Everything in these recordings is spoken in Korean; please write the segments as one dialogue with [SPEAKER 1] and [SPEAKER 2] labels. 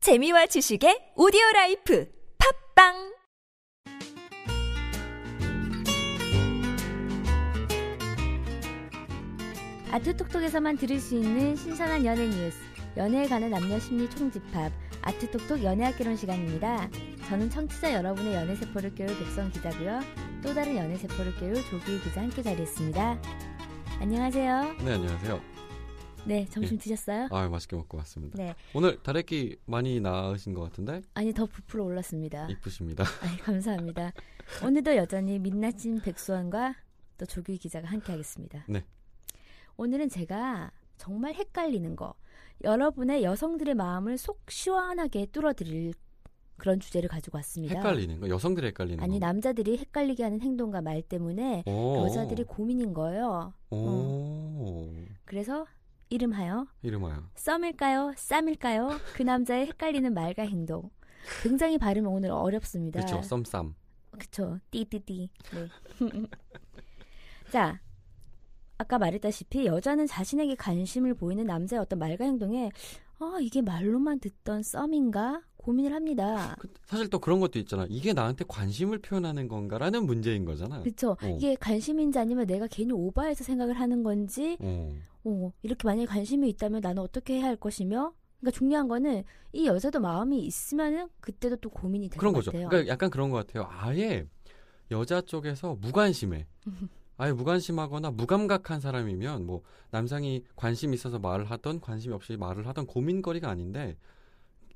[SPEAKER 1] 재미와 지식의 오디오 라이프 팝빵
[SPEAKER 2] 아트톡톡에서만 들을 수 있는 신선한 연애 뉴스, 연애에 관한 남녀 심리 총집합, 아트톡톡 연애학 개론 시간입니다. 저는 청취자 여러분의 연애 세포를 깨울 백성 기자고요. 또 다른 연애 세포를 깨울 조규 기자 함께 자리했습니다. 안녕하세요.
[SPEAKER 3] 네 안녕하세요.
[SPEAKER 2] 네, 점심 드셨어요?
[SPEAKER 3] 아 맛있게 먹고 왔습니다.
[SPEAKER 2] 네.
[SPEAKER 3] 오늘 다래끼 많이 나으신 것 같은데
[SPEAKER 2] 아니 더 부풀어 올랐습니다.
[SPEAKER 3] 이쁘십니다.
[SPEAKER 2] 아이, 네, 감사합니다. 오늘도 여전히 민낯진 백수원과 또 조규 기자가 함께하겠습니다.
[SPEAKER 3] 네.
[SPEAKER 2] 오늘은 제가 정말 헷갈리는 거 여러분의 여성들의 마음을 속 시원하게 뚫어드릴 그런 주제를 가지고 왔습니다.
[SPEAKER 3] 헷갈리는 거 여성들이 헷갈리는
[SPEAKER 2] 아니
[SPEAKER 3] 거. 어.
[SPEAKER 2] 남자들이 헷갈리게 하는 행동과 말 때문에
[SPEAKER 3] 오.
[SPEAKER 2] 여자들이 어. 고민인 거예요.
[SPEAKER 3] 오
[SPEAKER 2] 그래서 이름하여
[SPEAKER 3] 이름하여
[SPEAKER 2] 썸일까요? 쌈일까요? 그 남자의 헷갈리는 말과 행동. 굉장히 발음 오늘 어렵습니다.
[SPEAKER 3] 그렇죠 썸쌈
[SPEAKER 2] 그쵸. 띠띠띠. 네. 자, 아까 말했다시피 여자는 자신에게 관심을 보이는 남자의 어떤 말과 행동에 아 이게 말로만 듣던 썸인가 고민을 합니다.
[SPEAKER 3] 그- 사실 또 그런 것도 있잖아 이게 나한테 관심을 표현하는 건가라는 문제인 거잖아.
[SPEAKER 2] 그쵸.
[SPEAKER 3] 어.
[SPEAKER 2] 이게 관심인지 아니면 내가 괜히 오바해서 생각을 하는 건지,
[SPEAKER 3] 어.
[SPEAKER 2] 어, 이렇게 만약에 관심이 있다면 나는 어떻게 해야 할 것이며, 그러니까 중요한 거는 이 여자도 마음이 있으면은 그때도 또 고민이 될
[SPEAKER 3] 그런
[SPEAKER 2] 것
[SPEAKER 3] 거죠.
[SPEAKER 2] 같아요.
[SPEAKER 3] 그러니까 약간 그런 것 같아요. 아예 여자 쪽에서 무관심해. 아예 무관심하거나 무감각한 사람이면 뭐 남성이 관심 있어서 말을 하던 관심 없이 말을 하던 고민거리가 아닌데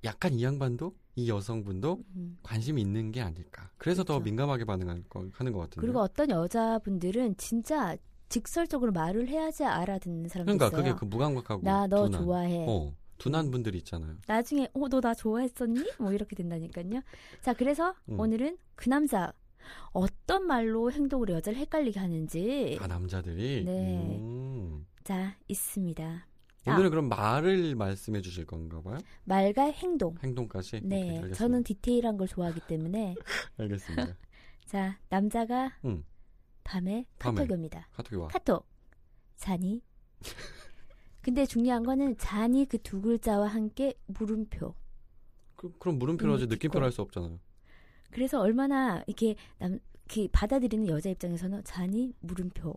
[SPEAKER 3] 약간 이 양반도 이 여성분도
[SPEAKER 2] 음.
[SPEAKER 3] 관심이 있는 게 아닐까. 그래서 더
[SPEAKER 2] 그렇죠.
[SPEAKER 3] 민감하게 반응하는 거- 하는 것 같은데.
[SPEAKER 2] 그리고 어떤 여자분들은 진짜 직설적으로 말을 해야지 알아듣는 사람도
[SPEAKER 3] 그러니까
[SPEAKER 2] 있어요.
[SPEAKER 3] 그게 그 무감각하고
[SPEAKER 2] 나 너
[SPEAKER 3] 둔한,
[SPEAKER 2] 좋아해. 음.
[SPEAKER 3] 어, 둔한 분들이 있잖아요.
[SPEAKER 2] 나중에 어 너 나 좋아했었니? 뭐 이렇게 된다니까요. 자 그래서
[SPEAKER 3] 음.
[SPEAKER 2] 오늘은 그 남자 어떤 말로 행동으로 여자를 헷갈리게 하는지
[SPEAKER 3] 아 남자들이.
[SPEAKER 2] 네.
[SPEAKER 3] 음.
[SPEAKER 2] 자 있습니다. 아.
[SPEAKER 3] 오늘은 그럼 말을 말씀해 주실 건가 봐요?
[SPEAKER 2] 말과 행동.
[SPEAKER 3] 행동까지? 오케이,
[SPEAKER 2] 네,
[SPEAKER 3] 알겠습니다.
[SPEAKER 2] 저는 디테일한 걸 좋아하기 때문에
[SPEAKER 3] 알겠습니다.
[SPEAKER 2] 자 남자가
[SPEAKER 3] 음.
[SPEAKER 2] 밤에
[SPEAKER 3] 밤에. 아.
[SPEAKER 2] 카톡이 옵니다.
[SPEAKER 3] 카톡이 와.
[SPEAKER 2] 카톡 자니. 근데 중요한 거는 자니 그 두 글자와 함께 물음표.
[SPEAKER 3] 그, 그럼 물음표로 하지
[SPEAKER 2] 음, 듣고.
[SPEAKER 3] 느낌표로 할 수 없잖아요.
[SPEAKER 2] 그래서 얼마나 이렇게 남, 이렇게 받아들이는 여자 입장에서는 자니 물음표.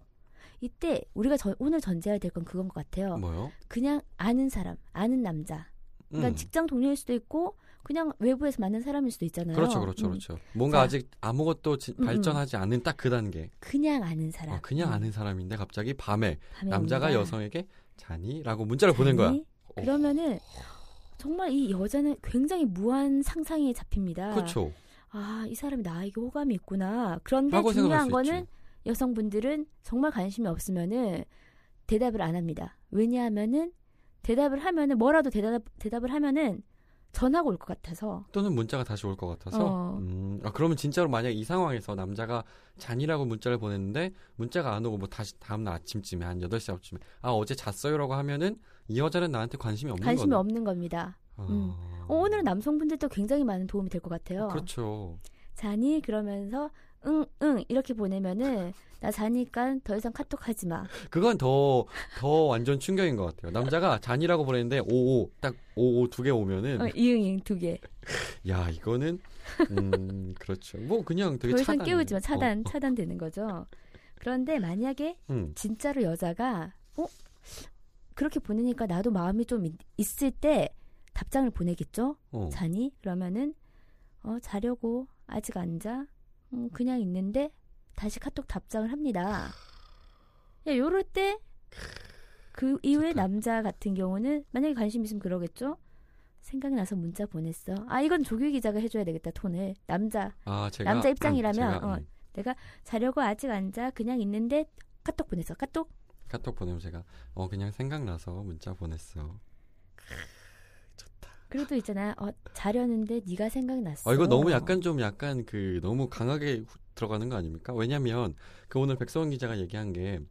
[SPEAKER 2] 이때 우리가 저- 오늘 전제해야 될 건 그건 것 같아요.
[SPEAKER 3] 뭐요?
[SPEAKER 2] 그냥 아는 사람, 아는 남자. 그러니까
[SPEAKER 3] 음.
[SPEAKER 2] 직장 동료일 수도 있고 그냥 외부에서 만난 사람일 수도 있잖아요.
[SPEAKER 3] 그렇죠, 그렇죠,
[SPEAKER 2] 음,
[SPEAKER 3] 그렇죠. 뭔가
[SPEAKER 2] 자.
[SPEAKER 3] 아직 아무것도 지-
[SPEAKER 2] 음, 음.
[SPEAKER 3] 발전하지 않은 딱 그 단계.
[SPEAKER 2] 그냥 아는 사람.
[SPEAKER 3] 어, 그냥
[SPEAKER 2] 음,
[SPEAKER 3] 아는 사람인데 갑자기 밤에
[SPEAKER 2] 밤에
[SPEAKER 3] 남자가
[SPEAKER 2] 옵니다.
[SPEAKER 3] 여성에게 자니?라고 문자를 보낸 거야. 어,
[SPEAKER 2] 자니? 그러면은 정말 이 여자는 굉장히 무한 상상에 잡힙니다.
[SPEAKER 3] 그렇죠.
[SPEAKER 2] 아, 이 사람이 나에게 호감이 있구나. 그런데
[SPEAKER 3] 라고
[SPEAKER 2] 중요한
[SPEAKER 3] 생각할 수
[SPEAKER 2] 거는
[SPEAKER 3] 있지.
[SPEAKER 2] 여성분들은 정말 관심이 없으면은 대답을 안 합니다. 왜냐하면은 대답을 하면은 뭐라도 대답 대답을 하면은 전화가 올 것 같아서
[SPEAKER 3] 또는 문자가 다시 올 것 같아서.
[SPEAKER 2] 어.
[SPEAKER 3] 음, 아, 그러면 진짜로 만약 이 상황에서 남자가 잔이라고 문자를 보냈는데 문자가 안 오고 뭐 다시 다음날 아침쯤에 한 8시 앞쯤에 아 어제 잤어요라고 하면은 이 여자는 나한테 관심이 없는
[SPEAKER 2] 관심이
[SPEAKER 3] 거네.
[SPEAKER 2] 없는 겁니다.
[SPEAKER 3] 아.
[SPEAKER 2] 음. 어, 오늘은 남성분들도 굉장히 많은 도움이 될 것 같아요.
[SPEAKER 3] 그렇죠.
[SPEAKER 2] 자니 그러면서 응, 응 이렇게 보내면은 나 자니까 더 이상 카톡 하지 마.
[SPEAKER 3] 그건 더, 더 완전 충격인 것 같아요. 남자가 잔이라고 보냈는데, 오오, 딱, 오오 두 개 오면은,
[SPEAKER 2] 어, 이응, 이응 두 개.
[SPEAKER 3] 야, 이거는, 음, 그렇죠. 뭐, 그냥 되게
[SPEAKER 2] 더 이상
[SPEAKER 3] 차단.
[SPEAKER 2] 깨우지 마. 차단,
[SPEAKER 3] 어,
[SPEAKER 2] 차단되는 거죠. 그런데 만약에
[SPEAKER 3] 음,
[SPEAKER 2] 진짜로 여자가 어 그렇게 보내니까 나도 마음이 좀 있- 있을 때 답장을 보내겠죠
[SPEAKER 3] 어.
[SPEAKER 2] 자니 그러면은 어 자려고 아직 안자 음, 그냥 있는데 다시 카톡 답장을 합니다 야 요럴 때 그 이후에
[SPEAKER 3] 좋다.
[SPEAKER 2] 남자 같은 경우는 만약에 관심 있으면 그러겠죠 생각나서 문자 보냈어 아 이건 조규 기자가 해줘야 되겠다 톤을 남자
[SPEAKER 3] 아, 제가.
[SPEAKER 2] 남자 입장이라면,
[SPEAKER 3] 제가,
[SPEAKER 2] 어.
[SPEAKER 3] 음,
[SPEAKER 2] 자려고 아직 안자 그냥 있는데 카톡 보냈어 카톡
[SPEAKER 3] 카톡 보내면 제가, 어, 그냥 생각나서 문자 보냈어.
[SPEAKER 2] 그리고 또 있잖아. 어, 자려는데 네가 생각났어.
[SPEAKER 3] 아, 이거 너무 약간 좀 약간 그, 너무 강하게 후- 들어가는 거 아닙니까? 왜냐면, 그 오늘 백성원 기자가 얘기한 게,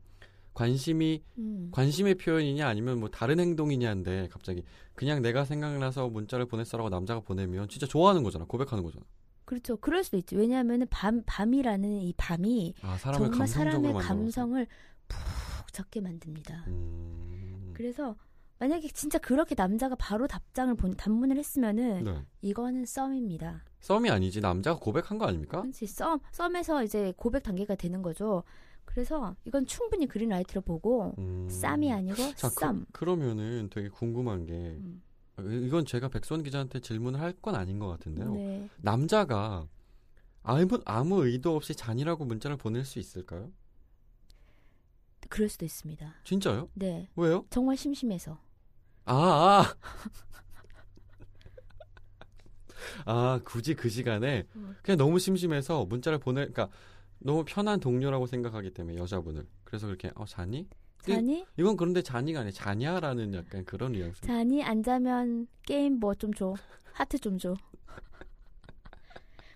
[SPEAKER 3] 관심이
[SPEAKER 2] 음.
[SPEAKER 3] 관심의 표현이냐 아니면 뭐 다른 행동이냐인데 갑자기 그냥 내가 생각나서 문자를 보냈어라고 남자가 보내면 진짜 좋아하는 거잖아 고백하는 거잖아
[SPEAKER 2] 그렇죠. 그럴 수도 있지. 왜냐하면 밤 밤이라는 이 밤이
[SPEAKER 3] 아 사람을
[SPEAKER 2] 정말 사람의
[SPEAKER 3] 감성적으로 만들어
[SPEAKER 2] 감성을 푹 적게 만듭니다.
[SPEAKER 3] 음...
[SPEAKER 2] 그래서 만약에 진짜 그렇게 남자가 바로 답장을 본 단문을 했으면은
[SPEAKER 3] 네.
[SPEAKER 2] 이거는 썸입니다.
[SPEAKER 3] 썸이 아니지 남자가 고백한 거 아닙니까?
[SPEAKER 2] 그렇지 썸 썸에서 이제 고백 단계가 되는 거죠. 그래서 이건 충분히 그린라이트로 보고
[SPEAKER 3] 음.
[SPEAKER 2] 쌈이 아니고
[SPEAKER 3] 자,
[SPEAKER 2] 썸.
[SPEAKER 3] 그, 네. 러면은 되게 궁금한 게
[SPEAKER 2] 음.
[SPEAKER 3] 이건 제가 백선 기자한테 질문을 할 건 아닌 것 같은데요.
[SPEAKER 2] 네.
[SPEAKER 3] 남자가 아무 아무 의도 없이 잔이라고 문자를 보낼 수 있을까요?
[SPEAKER 2] 그럴 수도 있습니다.
[SPEAKER 3] 진짜요?
[SPEAKER 2] 네.
[SPEAKER 3] 왜요?
[SPEAKER 2] 정말 심심해서.
[SPEAKER 3] 아, 아. 아, 굳이 그 시간에
[SPEAKER 2] 음.
[SPEAKER 3] 그냥 너무 심심해서 문자를 보내, 그러니까 너무 편한 동료라고 생각하기 때문에 여자분을 그래서 그렇게 어 자니? 그-
[SPEAKER 2] 자니?
[SPEAKER 3] 이건 그런데 자니가 아니라 자냐라는 약간 그런 뉘앙스.
[SPEAKER 2] 자니 안 자면 게임 뭐 좀 줘. 하트 좀 줘.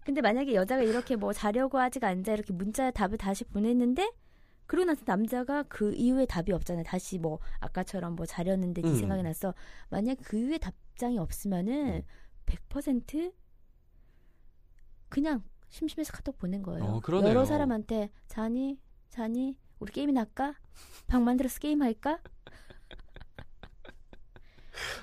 [SPEAKER 2] 근데 만약에 여자가 이렇게 뭐 자려고 아직 안 자 이렇게 문자 답을 다시 보냈는데 그러고 나서 남자가 그 이후에 답이 없잖아요. 다시 뭐 아까처럼 뭐 자려는데 네
[SPEAKER 3] 음.
[SPEAKER 2] 생각이 났어. 만약 그 이후에 답장이 없으면은
[SPEAKER 3] 음.
[SPEAKER 2] 100% 그냥 심심해서 카톡 보낸 거예요.
[SPEAKER 3] 어, 그러네요.
[SPEAKER 2] 여러 사람한테 자니 자니 우리 게임이나 할까? 방 만들어서 게임 할까?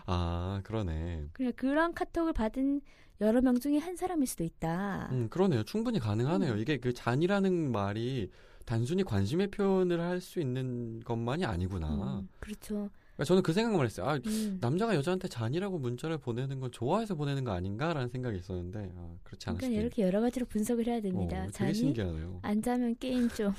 [SPEAKER 3] 아, 그러네.
[SPEAKER 2] 그냥 그런 카톡을 받은 여러 명 중에 한 사람일 수도 있다.
[SPEAKER 3] 음, 그러네요. 충분히 가능하네요. 이게 그 잔이라는 말이 단순히 관심의 표현을 할 수 있는 것만이 아니구나.
[SPEAKER 2] 음, 그렇죠.
[SPEAKER 3] 그러니까 저는 그 생각만 했어요. 아,
[SPEAKER 2] 음.
[SPEAKER 3] 남자가 여자한테 잔이라고 문자를 보내는 건 좋아해서 보내는 거 아닌가라는 생각이 있었는데 아, 그렇지 않을
[SPEAKER 2] 그러니까
[SPEAKER 3] 수도
[SPEAKER 2] 이렇게 여러 가지로 분석을 해야
[SPEAKER 3] 있-
[SPEAKER 2] 됩니다.
[SPEAKER 3] 어, 되게
[SPEAKER 2] 자니
[SPEAKER 3] 신기하네요.
[SPEAKER 2] 안 자면 게임 좀.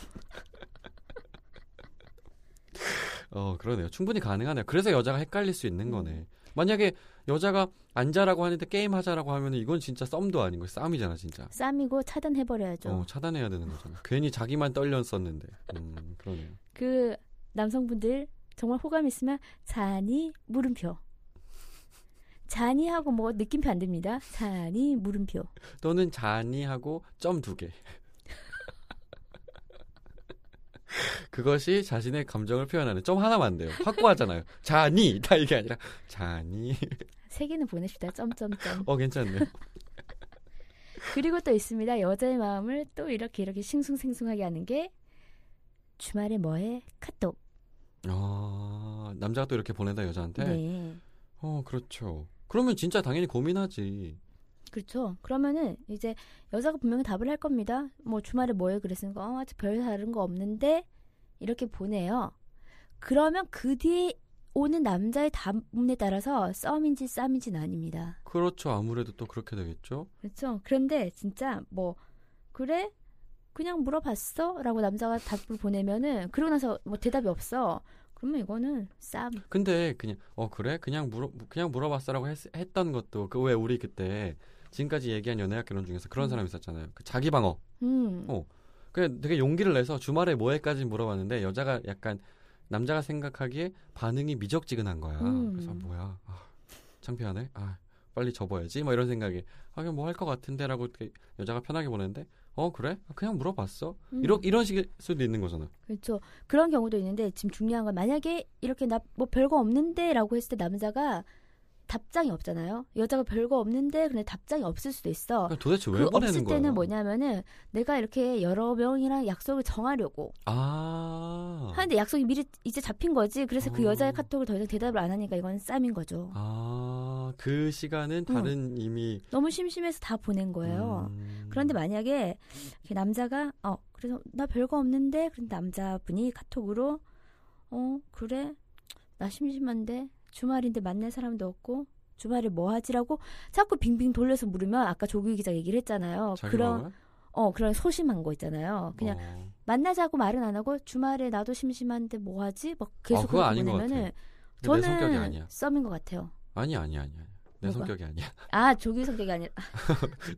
[SPEAKER 3] 어 그러네요. 충분히 가능하네요. 그래서 여자가 헷갈릴 수 있는
[SPEAKER 2] 음.
[SPEAKER 3] 거네. 만약에 여자가 앉아라고 하는데 게임 하자라고 하면 이건 진짜 썸도 아닌 거예요. 싸움이잖아 진짜.
[SPEAKER 2] 쌈이고 차단해 버려야죠.
[SPEAKER 3] 어, 차단해야 되는 거잖아. 괜히 자기만 떨렸었는데. 음 그러네요.
[SPEAKER 2] 그 남성분들 정말 호감 있으면 자니 물음표. 자니 하고 뭐 느낌표 안 됩니다. 자니 물음표.
[SPEAKER 3] 또는 잔이 하고 점 두 개. 그것이 자신의 감정을 표현하는 점 하나만 돼요. 확고하잖아요. 잔이 다 이게 아니라 잔이.
[SPEAKER 2] 세 개는 보내십시다. 점점점.
[SPEAKER 3] 어 괜찮네요.
[SPEAKER 2] 그리고 또 있습니다. 여자의 마음을 또 이렇게 이렇게 싱숭생숭하게 하는 게 주말에 뭐해? 카톡.
[SPEAKER 3] 아 남자가 또 이렇게 보낸다 여자한테.
[SPEAKER 2] 네.
[SPEAKER 3] 어 그렇죠. 그러면 진짜 당연히 고민하지.
[SPEAKER 2] 그렇죠. 그러면은 이제 여자가 분명히 답을 할 겁니다. 뭐 주말에 뭐해 그랬으니까 어, 아직 별 다른 거 없는데 이렇게 보내요. 그러면 그 뒤에 오는 남자의 답문에 따라서 썸인지 쌈인지는 아닙니다.
[SPEAKER 3] 그렇죠. 아무래도 또 그렇게 되겠죠.
[SPEAKER 2] 그렇죠. 그런데 진짜 뭐 그래 그냥 물어봤어라고 남자가 답을 보내면은 그러고 나서 뭐 대답이 없어. 그러면 이거는 쌈.
[SPEAKER 3] 근데 그냥 어 그래 그냥 물어 그냥 물어봤어라고 했, 했던 것도 그 왜 우리 그때 지금까지 얘기한 연애학 개론 중에서 그런
[SPEAKER 2] 음.
[SPEAKER 3] 사람 있었잖아요. 그 자기 방어.
[SPEAKER 2] 음.
[SPEAKER 3] 어, 그냥 되게 용기를 내서 주말에 뭐해까지 물어봤는데 여자가 약간 남자가 생각하기에 반응이 미적지근한 거야.
[SPEAKER 2] 음.
[SPEAKER 3] 그래서 아, 뭐야, 아, 창피하네. 아, 빨리 접어야지. 막 이런 생각에 아 그냥 뭐 할 것 같은데라고 이렇게 여자가 편하게 보냈는데 어 그래? 아, 그냥 물어봤어.
[SPEAKER 2] 음.
[SPEAKER 3] 이런 이런 식일 수도 있는 거잖아.
[SPEAKER 2] 그렇죠. 그런 경우도 있는데 지금 중요한 건 만약에 이렇게 나 뭐 별거 없는데라고 했을 때 남자가 답장이 없잖아요. 여자가 별거 없는데 근데 답장이 없을 수도 있어.
[SPEAKER 3] 그러니까 도대체 왜
[SPEAKER 2] 그
[SPEAKER 3] 보내는
[SPEAKER 2] 없을
[SPEAKER 3] 거야?
[SPEAKER 2] 때는 뭐냐면은 내가 이렇게 여러 명이랑 약속을 정하려고
[SPEAKER 3] 아,
[SPEAKER 2] 하는데 약속이 미리 이제 잡힌 거지. 그래서 그
[SPEAKER 3] 어.
[SPEAKER 2] 여자의 카톡을 더 이상 대답을 안 하니까 이건 쌈인 거죠.
[SPEAKER 3] 아, 그 시간은
[SPEAKER 2] 음.
[SPEAKER 3] 다른 이미
[SPEAKER 2] 너무 심심해서 다 보낸 거예요.
[SPEAKER 3] 음.
[SPEAKER 2] 그런데 만약에 이렇게 남자가 어 그래서 나 별거 없는데 그런데 남자분이 카톡으로 어 그래 나 심심한데 주말인데 만날 사람도 없고 주말에 뭐 하지라고 자꾸 빙빙 돌려서 물으면 아까 조규 기자 얘기를 했잖아요.
[SPEAKER 3] 자기
[SPEAKER 2] 그런
[SPEAKER 3] 방어야?
[SPEAKER 2] 어 그런 소심한 거 있잖아요. 그냥
[SPEAKER 3] 뭐? 어.
[SPEAKER 2] 만나자고 말은 안 하고 주말에 나도 심심한데 뭐 하지 막
[SPEAKER 3] 아,
[SPEAKER 2] 계속
[SPEAKER 3] 그거
[SPEAKER 2] 그렇게
[SPEAKER 3] 아닌 것
[SPEAKER 2] 보내면은
[SPEAKER 3] 같아. 근데 내 성격이
[SPEAKER 2] 저는
[SPEAKER 3] 아니야.
[SPEAKER 2] 썸인 것 같아요.
[SPEAKER 3] 아니 아니 아니 아니. 내
[SPEAKER 2] 뭐가?
[SPEAKER 3] 성격이 아니야.
[SPEAKER 2] 아 조규 성격이 아니라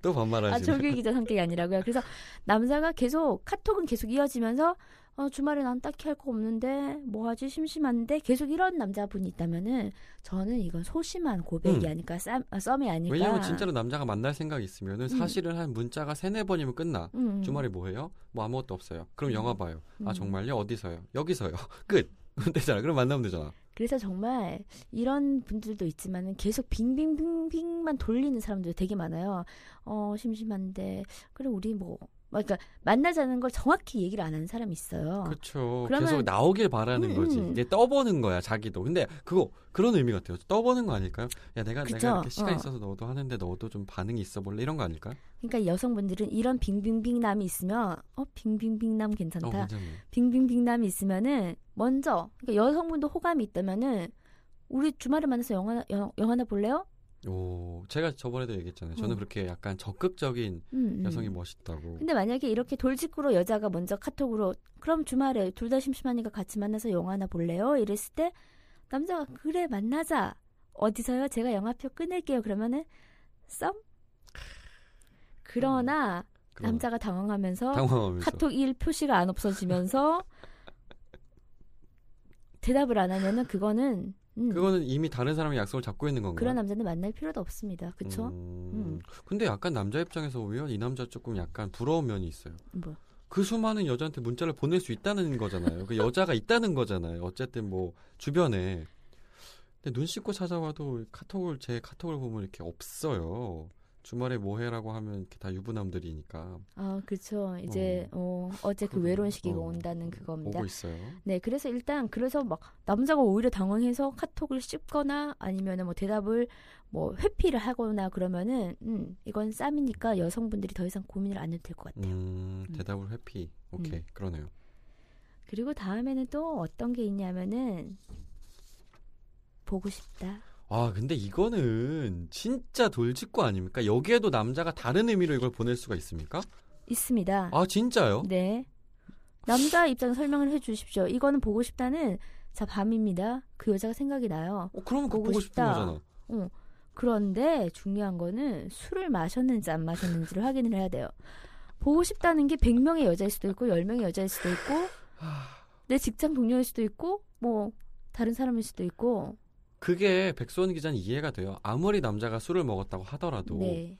[SPEAKER 3] 또
[SPEAKER 2] 아,
[SPEAKER 3] 반말하시네.
[SPEAKER 2] 조규 기자 성격이 아니라고요. 그래서 남자가 계속 카톡은 계속 이어지면서 어, 주말에 난 딱히 할 거 없는데 뭐 하지 심심한데 계속 이런 남자분이 있다면은 저는 이건 소심한 고백이
[SPEAKER 3] 음.
[SPEAKER 2] 아닐까 쌈, 아, 썸이 아닐까.
[SPEAKER 3] 왜냐면 진짜로 남자가 만날 생각이 있으면은
[SPEAKER 2] 음.
[SPEAKER 3] 사실은 한 문자가 세네 번이면 끝나.
[SPEAKER 2] 음, 음.
[SPEAKER 3] 주말에 뭐 해요? 뭐 아무것도 없어요. 그럼
[SPEAKER 2] 음.
[SPEAKER 3] 영화 봐요. 아
[SPEAKER 2] 음.
[SPEAKER 3] 정말요? 어디서요? 여기서요. 끝. 되잖아. 그럼 만나면 되잖아.
[SPEAKER 2] 그래서 정말 이런 분들도 있지만은 계속 빙빙빙빙만 돌리는 사람들 되게 많아요. 어 심심한데 그래 우리 뭐 뭐 그러니까 만나자는 걸 정확히 얘기를 안 하는 사람이 있어요.
[SPEAKER 3] 그렇죠.
[SPEAKER 2] 그러면-
[SPEAKER 3] 계속 나오길 바라는
[SPEAKER 2] 음,
[SPEAKER 3] 거지.
[SPEAKER 2] 음.
[SPEAKER 3] 이게 떠보는 거야 자기도. 근데 그거 그런 의미 같아요. 떠보는 거 아닐까요? 야 내가
[SPEAKER 2] 그쵸?
[SPEAKER 3] 내가 이렇게 시간
[SPEAKER 2] 어.
[SPEAKER 3] 있어서 너도 하는데 너도 좀 반응이 있어 볼래 이런 거 아닐까요?
[SPEAKER 2] 그러니까 여성분들은 이런 빙빙빙남이 있으면 어 빙빙빙남
[SPEAKER 3] 어
[SPEAKER 2] 괜찮다.
[SPEAKER 3] 괜찮네.
[SPEAKER 2] 빙빙빙남이 있으면은 먼저 그러니까 여성분도 호감이 있다면은 우리 주말에 만나서 영화 영, 영화나 볼래요?
[SPEAKER 3] 오 제가 저번에도 얘기했잖아요. 저는
[SPEAKER 2] 음.
[SPEAKER 3] 그렇게 약간 적극적인
[SPEAKER 2] 음, 음.
[SPEAKER 3] 여성이 뭐. 멋있다고.
[SPEAKER 2] 근데 만약에 이렇게 돌직구로 여자가 먼저 카톡으로 그럼 주말에 둘 다 심심하니까 같이 만나서 영화나 볼래요? 이랬을 때 남자가 그래 만나자 어디서요? 제가 영화표 끊을게요. 그러면은 썸? 그러나
[SPEAKER 3] 음, 그런
[SPEAKER 2] 남자가 당황하면서
[SPEAKER 3] 당황하면서
[SPEAKER 2] 카톡 1 표시가 안 없어지면서 대답을 안 하면은 그거는 음,
[SPEAKER 3] 그거는 이미 다른 사람이 약속을 잡고 있는 건가요?
[SPEAKER 2] 그런 남자는 만날 필요도 없습니다. 그쵸?
[SPEAKER 3] 음.
[SPEAKER 2] 음.
[SPEAKER 3] 근데 약간 남자 입장에서 보면 이 남자 조금 약간 부러운 면이 있어요.
[SPEAKER 2] 뭐
[SPEAKER 3] 그 수많은 여자한테 문자를 보낼 수 있다는 거잖아요. 그 여자가 있다는 거잖아요. 어쨌든 뭐 주변에. 근데 눈 씻고 찾아와도 카톡을 제 카톡을 보면 이렇게 없어요. 주말에 뭐 해라고 하면 이렇게 다 유부남들이니까
[SPEAKER 2] 아, 그쵸. 이제, 어, 어제 그
[SPEAKER 3] 음. 그거,
[SPEAKER 2] 외로운 시기가
[SPEAKER 3] 어,
[SPEAKER 2] 온다는 그겁니다.
[SPEAKER 3] 오고 있어요.
[SPEAKER 2] 네, 그래서 일단 그래서 막 남자가 오히려 당황해서 카톡을 씹거나 아니면은 뭐 대답을 뭐 회피를 하거나 그러면은 음, 이건 쌈이니까 여성분들이 더 이상 고민을 안 해도 될 것 같아요.
[SPEAKER 3] 음, 대답을 회피. 오케이.
[SPEAKER 2] 음.
[SPEAKER 3] 그러네요.
[SPEAKER 2] 그리고 다음에는 또 어떤 게 있냐면은 보고 싶다.
[SPEAKER 3] 아, 근데 이거는 진짜 돌직구 아닙니까? 여기에도 남자가 다른 의미로 이걸 보낼 수가 있습니까?
[SPEAKER 2] 있습니다.
[SPEAKER 3] 아, 진짜요?
[SPEAKER 2] 네. 남자 입장 설명을 해 주십시오. 이거는 보고 싶다는 자 밤입니다. 그 여자가 생각이 나요.
[SPEAKER 3] 어, 그러면 그거
[SPEAKER 2] 보고
[SPEAKER 3] 보고 싶은
[SPEAKER 2] 싶다.
[SPEAKER 3] 거잖아.
[SPEAKER 2] 그런데 중요한 거는 술을 마셨는지 안 마셨는지를 확인을 해야 돼요. 보고 싶다는 게 100명의 여자일 수도 있고 10명의 여자일 수도 있고 내 직장 동료일 수도 있고 뭐 다른 사람일 수도 있고
[SPEAKER 3] 그게 백수원 기자는 이해가 돼요. 아무리 남자가 술을 먹었다고 하더라도
[SPEAKER 2] 네.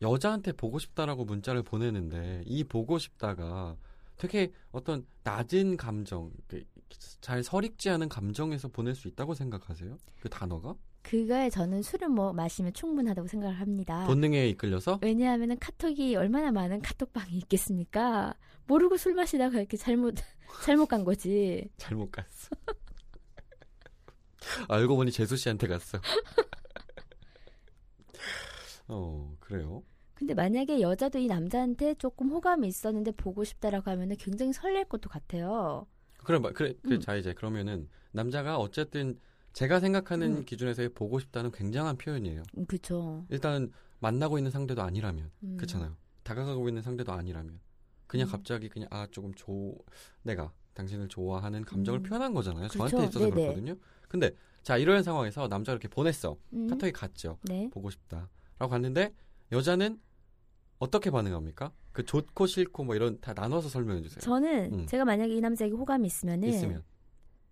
[SPEAKER 3] 여자한테 보고 싶다라고 문자를 보내는데 이 보고 싶다가 되게 어떤 낮은 감정, 그잘 서립지 않은 감정에서 보낼 수 있다고 생각하세요? 그 단어가
[SPEAKER 2] 그거에 저는 술을 뭐 마시면 충분하다고 생각을 합니다.
[SPEAKER 3] 본능에 이끌려서
[SPEAKER 2] 왜냐하면 카톡이 얼마나 많은 카톡방이 있겠습니까? 모르고 술 마시다가 이렇게 잘못 잘못 간 거지.
[SPEAKER 3] 잘못 갔어. 알고 보니 재수 씨한테 갔어. 어 그래요.
[SPEAKER 2] 근데 만약에 여자도 이 남자한테 조금 호감이 있었는데 보고 싶다라고 하면은 굉장히 설렐 것도 같아요.
[SPEAKER 3] 그래 마- 그래 그래
[SPEAKER 2] 음.
[SPEAKER 3] 자 이제 그러면은 남자가 어쨌든 제가 생각하는 기준에서의 보고 싶다는 굉장한 표현이에요.
[SPEAKER 2] 음, 그쵸.
[SPEAKER 3] 일단은 만나고 있는 상대도 아니라면
[SPEAKER 2] 음.
[SPEAKER 3] 그렇잖아요. 다가가고 있는 상대도 아니라면 그냥
[SPEAKER 2] 음.
[SPEAKER 3] 갑자기 그냥 아 조금 좋 내가 당신을 좋아하는 감정을
[SPEAKER 2] 음.
[SPEAKER 3] 표현한 거잖아요.
[SPEAKER 2] 그렇죠.
[SPEAKER 3] 저한테 있어서
[SPEAKER 2] 네네.
[SPEAKER 3] 그렇거든요. 근데 자 이런 상황에서 남자가 이렇게 보냈어.
[SPEAKER 2] 음.
[SPEAKER 3] 카톡이 갔죠.
[SPEAKER 2] 네.
[SPEAKER 3] 보고 싶다라고 갔는데 여자는 어떻게 반응합니까? 그 좋고 싫고 뭐 이런 다 나눠서 설명해 주세요.
[SPEAKER 2] 저는 네.
[SPEAKER 3] 음.
[SPEAKER 2] 제가 만약에 이 남자에게 호감이 있으면은
[SPEAKER 3] 있으면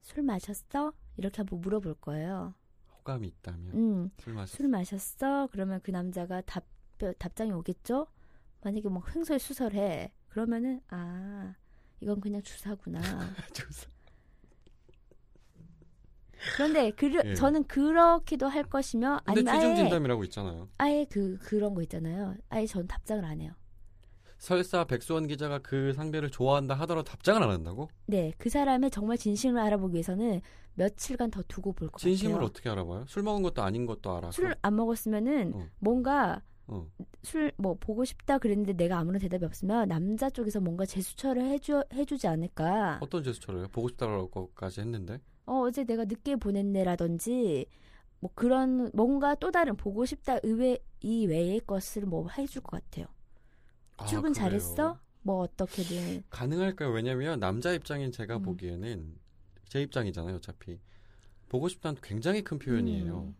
[SPEAKER 2] 술 마셨어? 이렇게 한번 물어볼 거예요.
[SPEAKER 3] 호감이 있다면
[SPEAKER 2] 음.
[SPEAKER 3] 술 마시.
[SPEAKER 2] 술 마셨어? 그러면 그 남자가 답 답장이 오겠죠? 만약에 뭐 횡설 수설해. 그러면은 아, 이건 그냥 주사구나.
[SPEAKER 3] 조사.
[SPEAKER 2] 그런데 그
[SPEAKER 3] 예.
[SPEAKER 2] 저는 그렇게도 할 것이며
[SPEAKER 3] 근데
[SPEAKER 2] 아니면
[SPEAKER 3] 최종
[SPEAKER 2] 아예
[SPEAKER 3] 진담이라고 있잖아요.
[SPEAKER 2] 아예 그 그런 거 있잖아요. 아예 전 답장을 안 해요.
[SPEAKER 3] 설사 백수원 기자가 그 상대를 좋아한다 하더라도 답장을 안 한다고?
[SPEAKER 2] 네, 그 사람의 정말 진심을 알아보기 위해서는 며칠간 더 두고 볼 것 같아요.
[SPEAKER 3] 진심을 어떻게 알아봐요? 술 먹은 것도 아닌 것도 알아.
[SPEAKER 2] 술을 안 먹었으면은
[SPEAKER 3] 어.
[SPEAKER 2] 뭔가
[SPEAKER 3] 어.
[SPEAKER 2] 술 뭐 보고 싶다 그랬는데 내가 아무런 대답이 없으면 남자 쪽에서 뭔가 제스처를 해주 해주지 않을까.
[SPEAKER 3] 어떤 제스처를요? 보고 싶다고까지 했는데
[SPEAKER 2] 어 어제 내가 늦게 보냈네라든지 뭐 그런 뭔가 또 다른 보고 싶다 의외 이 외의 것을 뭐 해줄 것 같아요.
[SPEAKER 3] 아,
[SPEAKER 2] 출근
[SPEAKER 3] 그래요?
[SPEAKER 2] 잘했어? 뭐 어떻게든
[SPEAKER 3] 가능할까요? 왜냐면 남자 입장인 제가
[SPEAKER 2] 음.
[SPEAKER 3] 보기에는 제 입장이잖아요. 어차피 보고 싶다는 굉장히 큰 표현이에요.
[SPEAKER 2] 음,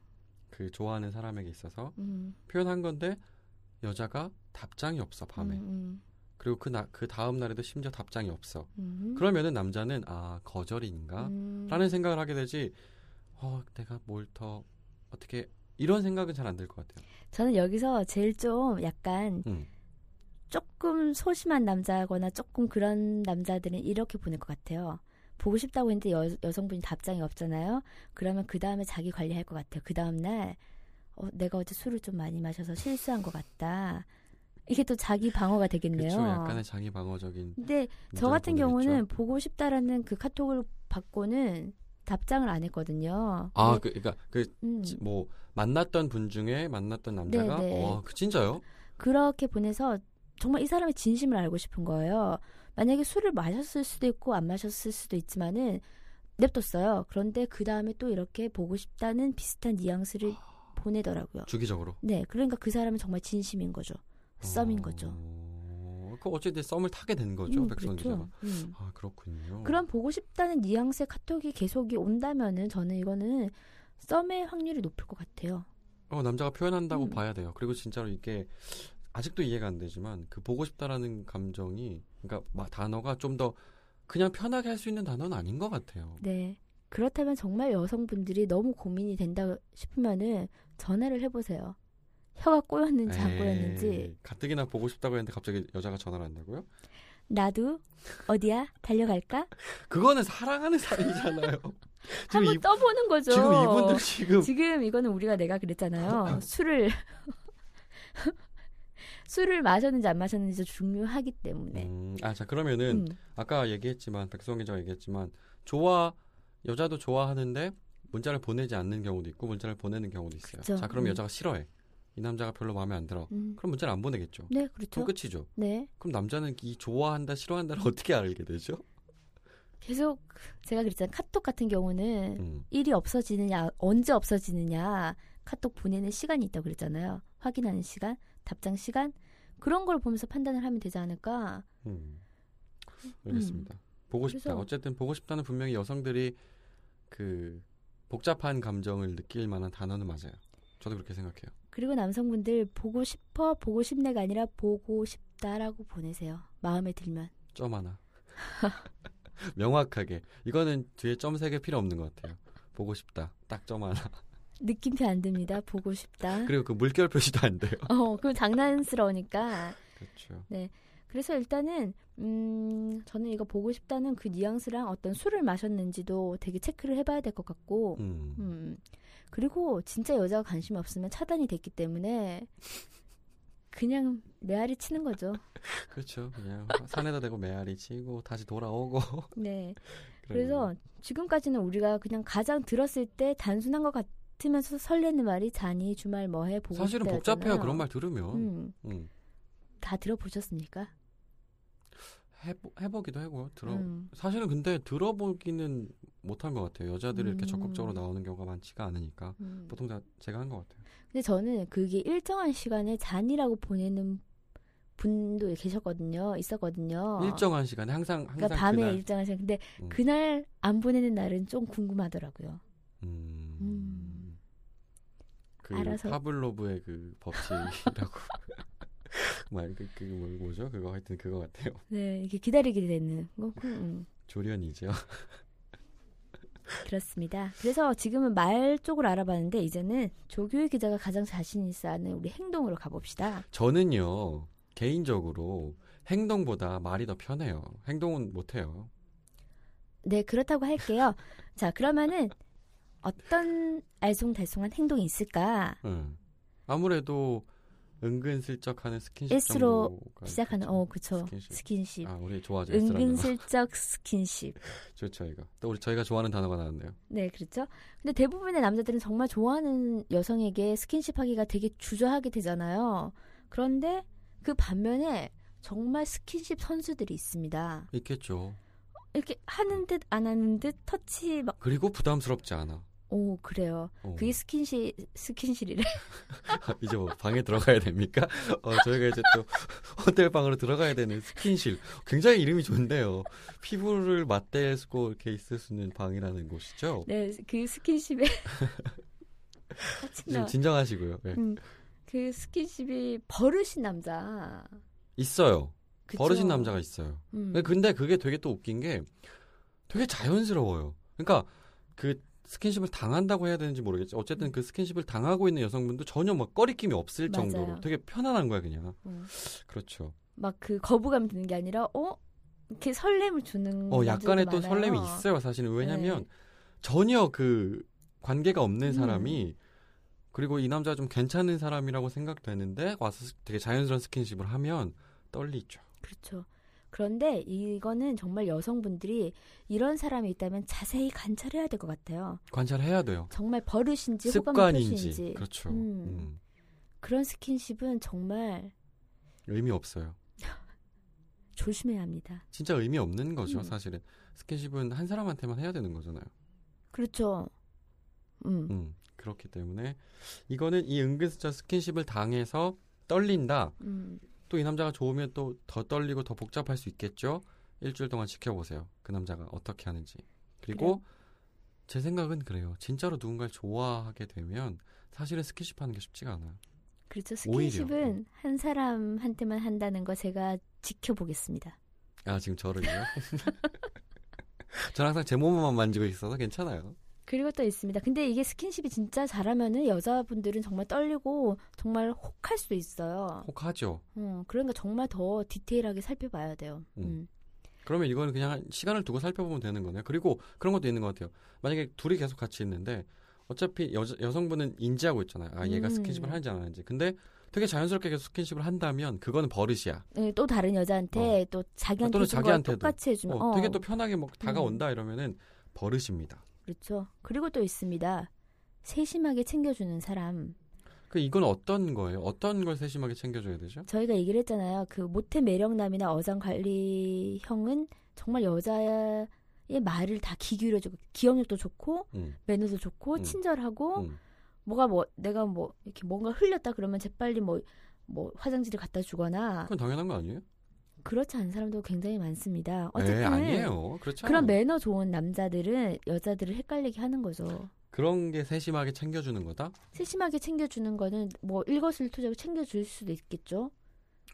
[SPEAKER 3] 그 좋아하는 사람에게 있어서
[SPEAKER 2] 음,
[SPEAKER 3] 표현한 건데 여자가 답장이 없어 밤에
[SPEAKER 2] 음,
[SPEAKER 3] 그리고 그 나 그 다음 날에도 심지어 답장이 없어
[SPEAKER 2] 음,
[SPEAKER 3] 그러면은 남자는 아 거절인가
[SPEAKER 2] 음.
[SPEAKER 3] 라는 생각을 하게 되지 어 내가 뭘 더 어떻게 이런 생각은 잘 안 들 것 같아요.
[SPEAKER 2] 저는 여기서 제일 좀 약간
[SPEAKER 3] 음.
[SPEAKER 2] 조금 소심한 남자거나 조금 그런 남자들은 이렇게 보낼 것 같아요. 보고 싶다고 했는데 여, 성분이 답장이 없잖아요. 그러면 그 다음에 자기 관리할 어, 것 같아요. 그 다음날 내가 어제 술을 좀 많이 마셔서 실수한 것 같다. 이게 또 자기 방어가 되겠네요.
[SPEAKER 3] 그렇죠. 약간의 자기 방어적인
[SPEAKER 2] 근데 저
[SPEAKER 3] 문자를
[SPEAKER 2] 같은
[SPEAKER 3] 보내겠죠.
[SPEAKER 2] 경우는 보고 싶다라는 그 카톡을 받고는 답장을 안 했거든요.
[SPEAKER 3] 아,
[SPEAKER 2] 근데-
[SPEAKER 3] 그, 그러니까 그
[SPEAKER 2] 네. 음,
[SPEAKER 3] 뭐 만났던 분 중에 만났던 남자가
[SPEAKER 2] 네, 네.
[SPEAKER 3] 와, 그 진짜요?
[SPEAKER 2] 그렇게 보내서 정말 이 사람의 진심을 알고 싶은 거예요. 만약에 술을 마셨을 수도 있고 안 마셨을 수도 있지만은 냅뒀어요. 그런데 그 다음에 또 이렇게 보고 싶다는 비슷한 뉘앙스를 보내더라고요.
[SPEAKER 3] 주기적으로.
[SPEAKER 2] 네, 그러니까 그 사람은 정말 진심인 거죠. 썸인 거죠.
[SPEAKER 3] 어, 그 어쨌든 썸을 타게 된 거죠,
[SPEAKER 2] 음, 그렇죠.
[SPEAKER 3] 백선 기자가.
[SPEAKER 2] 음.
[SPEAKER 3] 아, 그렇군요.
[SPEAKER 2] 그런 보고 싶다는 뉘앙스의 카톡이 계속이 온다면은 저는 이거는 썸의 확률이 높을 것 같아요.
[SPEAKER 3] 어, 남자가 표현한다고
[SPEAKER 2] 음.
[SPEAKER 3] 봐야 돼요. 그리고 진짜로 이게 아직도 이해가 안 되지만 그 보고 싶다라는 감정이 그러니까 마- 단어가 좀 더 그냥 편하게 할 수 있는 단어는 아닌 것 같아요.
[SPEAKER 2] 네. 그렇다면 정말 여성분들이 너무 고민이 된다 싶으면은 전화를 해보세요. 혀가 꼬였는지 안 꼬였는지
[SPEAKER 3] 에이, 예, 가뜩이나 보고 싶다고 했는데 갑자기 여자가 전화를 한다고요?
[SPEAKER 2] 나도 어디야 달려갈까
[SPEAKER 3] 그거는 사랑하는 사이잖아요. 지금
[SPEAKER 2] 한번
[SPEAKER 3] 이-
[SPEAKER 2] 떠보는 거죠.
[SPEAKER 3] 지금 이분들 지금
[SPEAKER 2] 지금 이거는 우리가 내가 그랬잖아요. 술을 술을 마셨는지 안 마셨는지 중요하기 때문에.
[SPEAKER 3] 음, 아, 자 그러면은
[SPEAKER 2] 네. 음.
[SPEAKER 3] 아까 얘기했지만 백수원 기자가 얘기했지만 좋아 여자도 좋아하는데 문자를 보내지 않는 경우도 있고 문자를 보내는 경우도 있어요.
[SPEAKER 2] 그쵸.
[SPEAKER 3] 자
[SPEAKER 2] 음.
[SPEAKER 3] 그럼 여자가 싫어해. 이 남자가 별로 마음에 안 들어.
[SPEAKER 2] 음.
[SPEAKER 3] 그럼 문자를 안 보내겠죠.
[SPEAKER 2] 네 그렇죠.
[SPEAKER 3] 그럼 끝이죠.
[SPEAKER 2] 네
[SPEAKER 3] 그럼 남자는 이 좋아한다 싫어한다를 어떻게 알게 되죠?
[SPEAKER 2] 계속 제가 그랬잖아요. 카톡 같은 경우는
[SPEAKER 3] 음.
[SPEAKER 2] 일이 없어지느냐 언제 없어지느냐 카톡 보내는 시간이 있다고 그랬잖아요 확인하는 시간 답장 시간 그런 걸 보면서 판단을 하면 되지 않을까
[SPEAKER 3] 음. 알겠습니다. 보고 싶다.
[SPEAKER 2] 음. 그래서-
[SPEAKER 3] 어쨌든 보고 싶다는 분명히 여성들이 그 복잡한 감정을 느낄 만한 단어는 맞아요. 저도 그렇게 생각해요.
[SPEAKER 2] 그리고 남성분들 보고 싶어 보고 싶네가 아니라 보고 싶다라고 보내세요 마음에 들면
[SPEAKER 3] 점 하나. 명확하게. 이거는 뒤에 점 세 개 필요 없는 것 같아요. 보고 싶다. 딱 점 하나.
[SPEAKER 2] 느낌표 안 듭니다 보고 싶다
[SPEAKER 3] 그리고 그 물결 표시도 안 돼요.
[SPEAKER 2] 어 그럼 장난스러우니까
[SPEAKER 3] 그렇죠.
[SPEAKER 2] 그래서 일단은 음 저는 이거 보고 싶다는 그 뉘앙스랑 어떤 술을 마셨는지도 되게 체크를 해봐야 될 것 같고
[SPEAKER 3] 음.
[SPEAKER 2] 음. 그리고 진짜 여자가 관심이 없으면 차단이 됐기 때문에 그냥 메아리 치는 거죠.
[SPEAKER 3] 그렇죠. 그냥 산에다 대고 메아리 치고 다시 돌아오고.
[SPEAKER 2] 네.
[SPEAKER 3] 그러면.
[SPEAKER 2] 그래서 지금까지는 우리가 그냥 가장 들었을 때 단순한 것 같으면서 설레는 말이 자니 주말 뭐해 보고
[SPEAKER 3] 사실은
[SPEAKER 2] 싶다였잖아요.
[SPEAKER 3] 복잡해요. 그런 말 들으면.
[SPEAKER 2] 음.
[SPEAKER 3] 음.
[SPEAKER 2] 다 들어보셨습니까?
[SPEAKER 3] 해보, 해보기도 하고요. 들어.
[SPEAKER 2] 음.
[SPEAKER 3] 사실은 근데 들어보기는 못한 것 같아요. 여자들이 이렇게
[SPEAKER 2] 음.
[SPEAKER 3] 적극적으로 나오는 경우가 많지가 않으니까.
[SPEAKER 2] 음.
[SPEAKER 3] 보통 다 제가 한 것 같아요.
[SPEAKER 2] 근데 저는 그게 일정한 시간에 잔이라고 보내는 분도 계셨거든요. 있었거든요.
[SPEAKER 3] 일정한 시간에 항상 항상
[SPEAKER 2] 어. 그러니까 밤에
[SPEAKER 3] 그날.
[SPEAKER 2] 일정한 시간. 근데
[SPEAKER 3] 음.
[SPEAKER 2] 그날 안 보내는 날은 좀 궁금하더라고요.
[SPEAKER 3] 음.
[SPEAKER 2] 음.
[SPEAKER 3] 그
[SPEAKER 2] 알아서.
[SPEAKER 3] 파블로브의 그 법칙이라고 말그 그 뭐죠 그거 하여튼 그거 같아요
[SPEAKER 2] 네, 이렇게 기다리게 되는 거. 음,
[SPEAKER 3] 조련이죠
[SPEAKER 2] 그렇습니다. 그래서 지금은 말 쪽을 알아봤는데 이제는 조규희 기자가 가장 자신 있어 하는 우리 행동으로 가봅시다.
[SPEAKER 3] 저는요 개인적으로 행동보다 말이 더 편해요 행동은 못해요
[SPEAKER 2] 네, 그렇다고 할게요. 자, 그러면은 어떤 알쏭달쏭한 행동이 있을까?
[SPEAKER 3] 응. 아무래도 은근슬쩍 하는 스킨십
[SPEAKER 2] S로
[SPEAKER 3] 정도가
[SPEAKER 2] 시작하는
[SPEAKER 3] 있겠죠.
[SPEAKER 2] 어, 그쵸.
[SPEAKER 3] 그렇죠. 스킨십.
[SPEAKER 2] 스킨십.
[SPEAKER 3] 아 우리 좋아하죠 S라는 거
[SPEAKER 2] 은근슬쩍 스킨십.
[SPEAKER 3] 좋죠 이거 또 우리 저희가 좋아하는 단어가 나왔네요
[SPEAKER 2] 네, 그렇죠. 근데 대부분의 남자들은 정말 좋아하는 여성에게 스킨십 하기가 되게 주저하게 되잖아요. 그런데 그 반면에 정말 스킨십 선수들이 있습니다.
[SPEAKER 3] 있겠죠
[SPEAKER 2] 이렇게 하는 듯 안 하는 듯 터치 막,
[SPEAKER 3] 그리고 부담스럽지 않아
[SPEAKER 2] 오, 그래요.
[SPEAKER 3] 어.
[SPEAKER 2] 그게 스킨십, 스킨십이래.
[SPEAKER 3] 이제 뭐 방에 들어가야 됩니까? 어, 저희가 이제 또 호텔 방으로 들어가야 되는 스킨실. 굉장히 이름이 좋은데요. 피부를 맞대고 이렇게 있을 수 있는 방이라는 곳이죠.
[SPEAKER 2] 네, 그 스킨십에. 아,
[SPEAKER 3] 좀
[SPEAKER 2] 참나.
[SPEAKER 3] 진정하시고요. 예.
[SPEAKER 2] 음, 그 스킨십이 버릇인 남자.
[SPEAKER 3] 있어요.
[SPEAKER 2] 그쵸?
[SPEAKER 3] 버릇인 남자가 있어요.
[SPEAKER 2] 음.
[SPEAKER 3] 네, 근데 그게 되게 또 웃긴 게 되게 자연스러워요. 그러니까 그 스킨십을 당한다고 해야 되는지 모르겠지. 어쨌든 그 스킨십을 당하고 있는 여성분도 전혀 막 꺼리낌이 없을
[SPEAKER 2] 맞아요.
[SPEAKER 3] 정도로 되게 편안한 거야 그냥.
[SPEAKER 2] 음.
[SPEAKER 3] 그렇죠.
[SPEAKER 2] 막 그 거부감 드는 게 아니라, 어? 이렇게 설렘을 주는.
[SPEAKER 3] 어, 약간의 또
[SPEAKER 2] 남자들도
[SPEAKER 3] 설렘이
[SPEAKER 2] 음, 많아요. 네.
[SPEAKER 3] 있어요, 사실은. 왜냐면 전혀 그 관계가 없는
[SPEAKER 2] 음.
[SPEAKER 3] 사람이 그리고 이 남자가 좀 괜찮은 사람이라고 생각되는데 와서 스- 되게 자연스러운 스킨십을 하면 떨리죠.
[SPEAKER 2] 그렇죠. 그런데 이거는 정말 여성분들이 이런 사람이 있다면 자세히 관찰해야 될 것 같아요.
[SPEAKER 3] 관찰해야 돼요.
[SPEAKER 2] 정말 버릇인지 호감
[SPEAKER 3] 습관인지
[SPEAKER 2] 그 표시인지
[SPEAKER 3] 그렇죠.
[SPEAKER 2] 음.
[SPEAKER 3] 음,
[SPEAKER 2] 그런 스킨십은 정말
[SPEAKER 3] 의미 없어요.
[SPEAKER 2] 조심해야 합니다.
[SPEAKER 3] 진짜 의미 없는 거죠,
[SPEAKER 2] 음.
[SPEAKER 3] 사실은. 스킨십은 한 사람한테만 해야 되는 거잖아요.
[SPEAKER 2] 그렇죠. 음,
[SPEAKER 3] 음, 그렇기 때문에 이거는 이 은근슬쩍 스킨십을 당해서 떨린다.
[SPEAKER 2] 음,
[SPEAKER 3] 또 이 남자가 좋으면 또 더 떨리고 더 복잡할 수 있겠죠. 일주일 동안 지켜보세요. 그 남자가 어떻게 하는지. 그리고 제 생각은 그래요. 진짜로 누군가를 좋아하게 되면 사실은 스킨십 하는 게 쉽지가 않아요.
[SPEAKER 2] 그렇죠.
[SPEAKER 3] 오히려.
[SPEAKER 2] 스킨십은 한 사람한테만 한다는 거 제가 지켜보겠습니다.
[SPEAKER 3] 아, 지금 저를요? 저는 항상 제 몸만 만지고 있어서 괜찮아요.
[SPEAKER 2] 그리고 또 있습니다. 근데 이게 스킨십이 진짜 잘하면은 여자분들은 정말 떨리고 정말 혹할 수도 있어요.
[SPEAKER 3] 혹하죠.
[SPEAKER 2] 어, 그러니까 정말 더 디테일하게 살펴봐야 돼요.
[SPEAKER 3] 음.
[SPEAKER 2] 음.
[SPEAKER 3] 그러면 이거는 그냥 한 시간을 두고 살펴보면 되는 거네요. 그리고 그런 것도 있는 것 같아요. 만약에 둘이 계속 같이 있는데 어차피 여, 여성분은 인지하고 있잖아요. 아, 얘가
[SPEAKER 2] 음.
[SPEAKER 3] 스킨십을 하는지 안 하는지. 근데 되게 자연스럽게 계속 스킨십을 한다면 그거는 버릇이야.
[SPEAKER 2] 예, 또 다른 여자한테 또
[SPEAKER 3] 아,
[SPEAKER 2] 자기한테
[SPEAKER 3] 또는
[SPEAKER 2] 해준 거
[SPEAKER 3] 자기한테도.
[SPEAKER 2] 똑같이 해주면
[SPEAKER 3] 어, 되게
[SPEAKER 2] 어, 음.
[SPEAKER 3] 또 편하게 막 다가온다 이러면은 버릇입니다.
[SPEAKER 2] 그렇죠. 그리고 또 있습니다. 세심하게 챙겨주는 사람.
[SPEAKER 3] 그 이건 어떤 거예요? 어떤 걸 세심하게 챙겨줘야 되죠?
[SPEAKER 2] 저희가 얘기를 했잖아요. 그 모태 매력남이나 어장 관리형은 정말 여자의 말을 다 귀 기울여주고 기억력도 좋고
[SPEAKER 3] 음,
[SPEAKER 2] 매너도 좋고
[SPEAKER 3] 음.
[SPEAKER 2] 친절하고
[SPEAKER 3] 음.
[SPEAKER 2] 뭐가 뭐 내가 뭐 이렇게 뭔가 흘렸다 그러면 재빨리 뭐 뭐 화장지를 갖다 주거나
[SPEAKER 3] 그건 당연한 거 아니에요?
[SPEAKER 2] 그렇지 않은 사람도 굉장히 많습니다. 어쨌든
[SPEAKER 3] 네, 아니에요. 그렇죠.
[SPEAKER 2] 그런 매너 좋은 남자들은 여자들을 헷갈리게 하는 거죠.
[SPEAKER 3] 그런 게 세심하게 챙겨주는 거다?
[SPEAKER 2] 세심하게 챙겨주는 거는 뭐 일거수일투족을 챙겨줄 수도 있겠죠.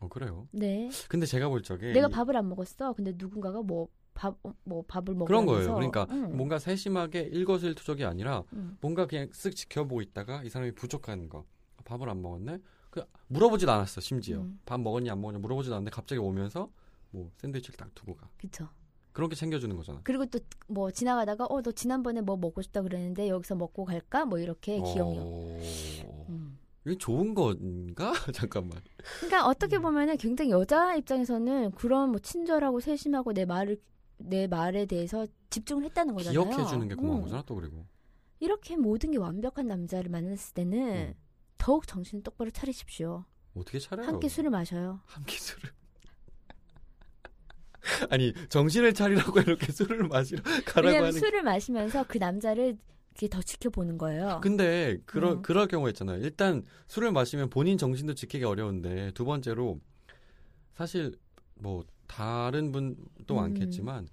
[SPEAKER 3] 어 그래요.
[SPEAKER 2] 네.
[SPEAKER 3] 근데 제가 볼 적에
[SPEAKER 2] 내가
[SPEAKER 3] 예, 이-
[SPEAKER 2] 밥을 안 먹었어. 근데 누군가가 뭐 밥, 어, 뭐 밥을 먹으면서
[SPEAKER 3] 그런 거예요. 그러니까
[SPEAKER 2] 음,
[SPEAKER 3] 뭔가 세심하게 일거수일투족이 아니라
[SPEAKER 2] 음.
[SPEAKER 3] 뭔가 그냥 쓱 지켜보고 있다가 이 사람이 부족한 거 밥을 안 먹었네. 그 물어보지도 않았어 심지어
[SPEAKER 2] 음.
[SPEAKER 3] 밥 먹었냐 안 먹었냐 물어보지도 않는데 갑자기 오면서 뭐 샌드위치를 딱 두고 가.
[SPEAKER 2] 그쵸.
[SPEAKER 3] 그런 게 챙겨주는 거잖아.
[SPEAKER 2] 그리고 또 뭐 지나가다가 어 너 지난번에 뭐 먹고 싶다 그랬는데 여기서 먹고 갈까? 뭐 이렇게 기억력.
[SPEAKER 3] 어.
[SPEAKER 2] 음.
[SPEAKER 3] 이게 좋은 건가? 잠깐만.
[SPEAKER 2] 그러니까 어떻게
[SPEAKER 3] 음.
[SPEAKER 2] 보면은 굉장히 여자 입장에서는 그런 뭐 친절하고 세심하고 내 말을 내 말에 대해서 집중을 했다는 거잖아요.
[SPEAKER 3] 기억해 주는 게 고마운
[SPEAKER 2] 음.
[SPEAKER 3] 거잖아 또 그리고.
[SPEAKER 2] 이렇게 모든 게 완벽한 남자를 만났을 때는
[SPEAKER 3] 음.
[SPEAKER 2] 더욱 정신을 똑바로 차리십시오.
[SPEAKER 3] 어떻게 차려요?
[SPEAKER 2] 함께 술을 마셔요.
[SPEAKER 3] 함께 술을. 아니 정신을 차리라고 이렇게 술을 마시러 가라고
[SPEAKER 2] 왜냐하면
[SPEAKER 3] 하는. 게-
[SPEAKER 2] 술을 마시면서 그 남자를 이렇게 더 지켜보는 거예요.
[SPEAKER 3] 근데 그런
[SPEAKER 2] 음.
[SPEAKER 3] 그럴 경우 있잖아요. 일단 술을 마시면 본인 정신도 지키기 어려운데 두 번째로 사실 뭐 다른 분도
[SPEAKER 2] 음.
[SPEAKER 3] 많겠지만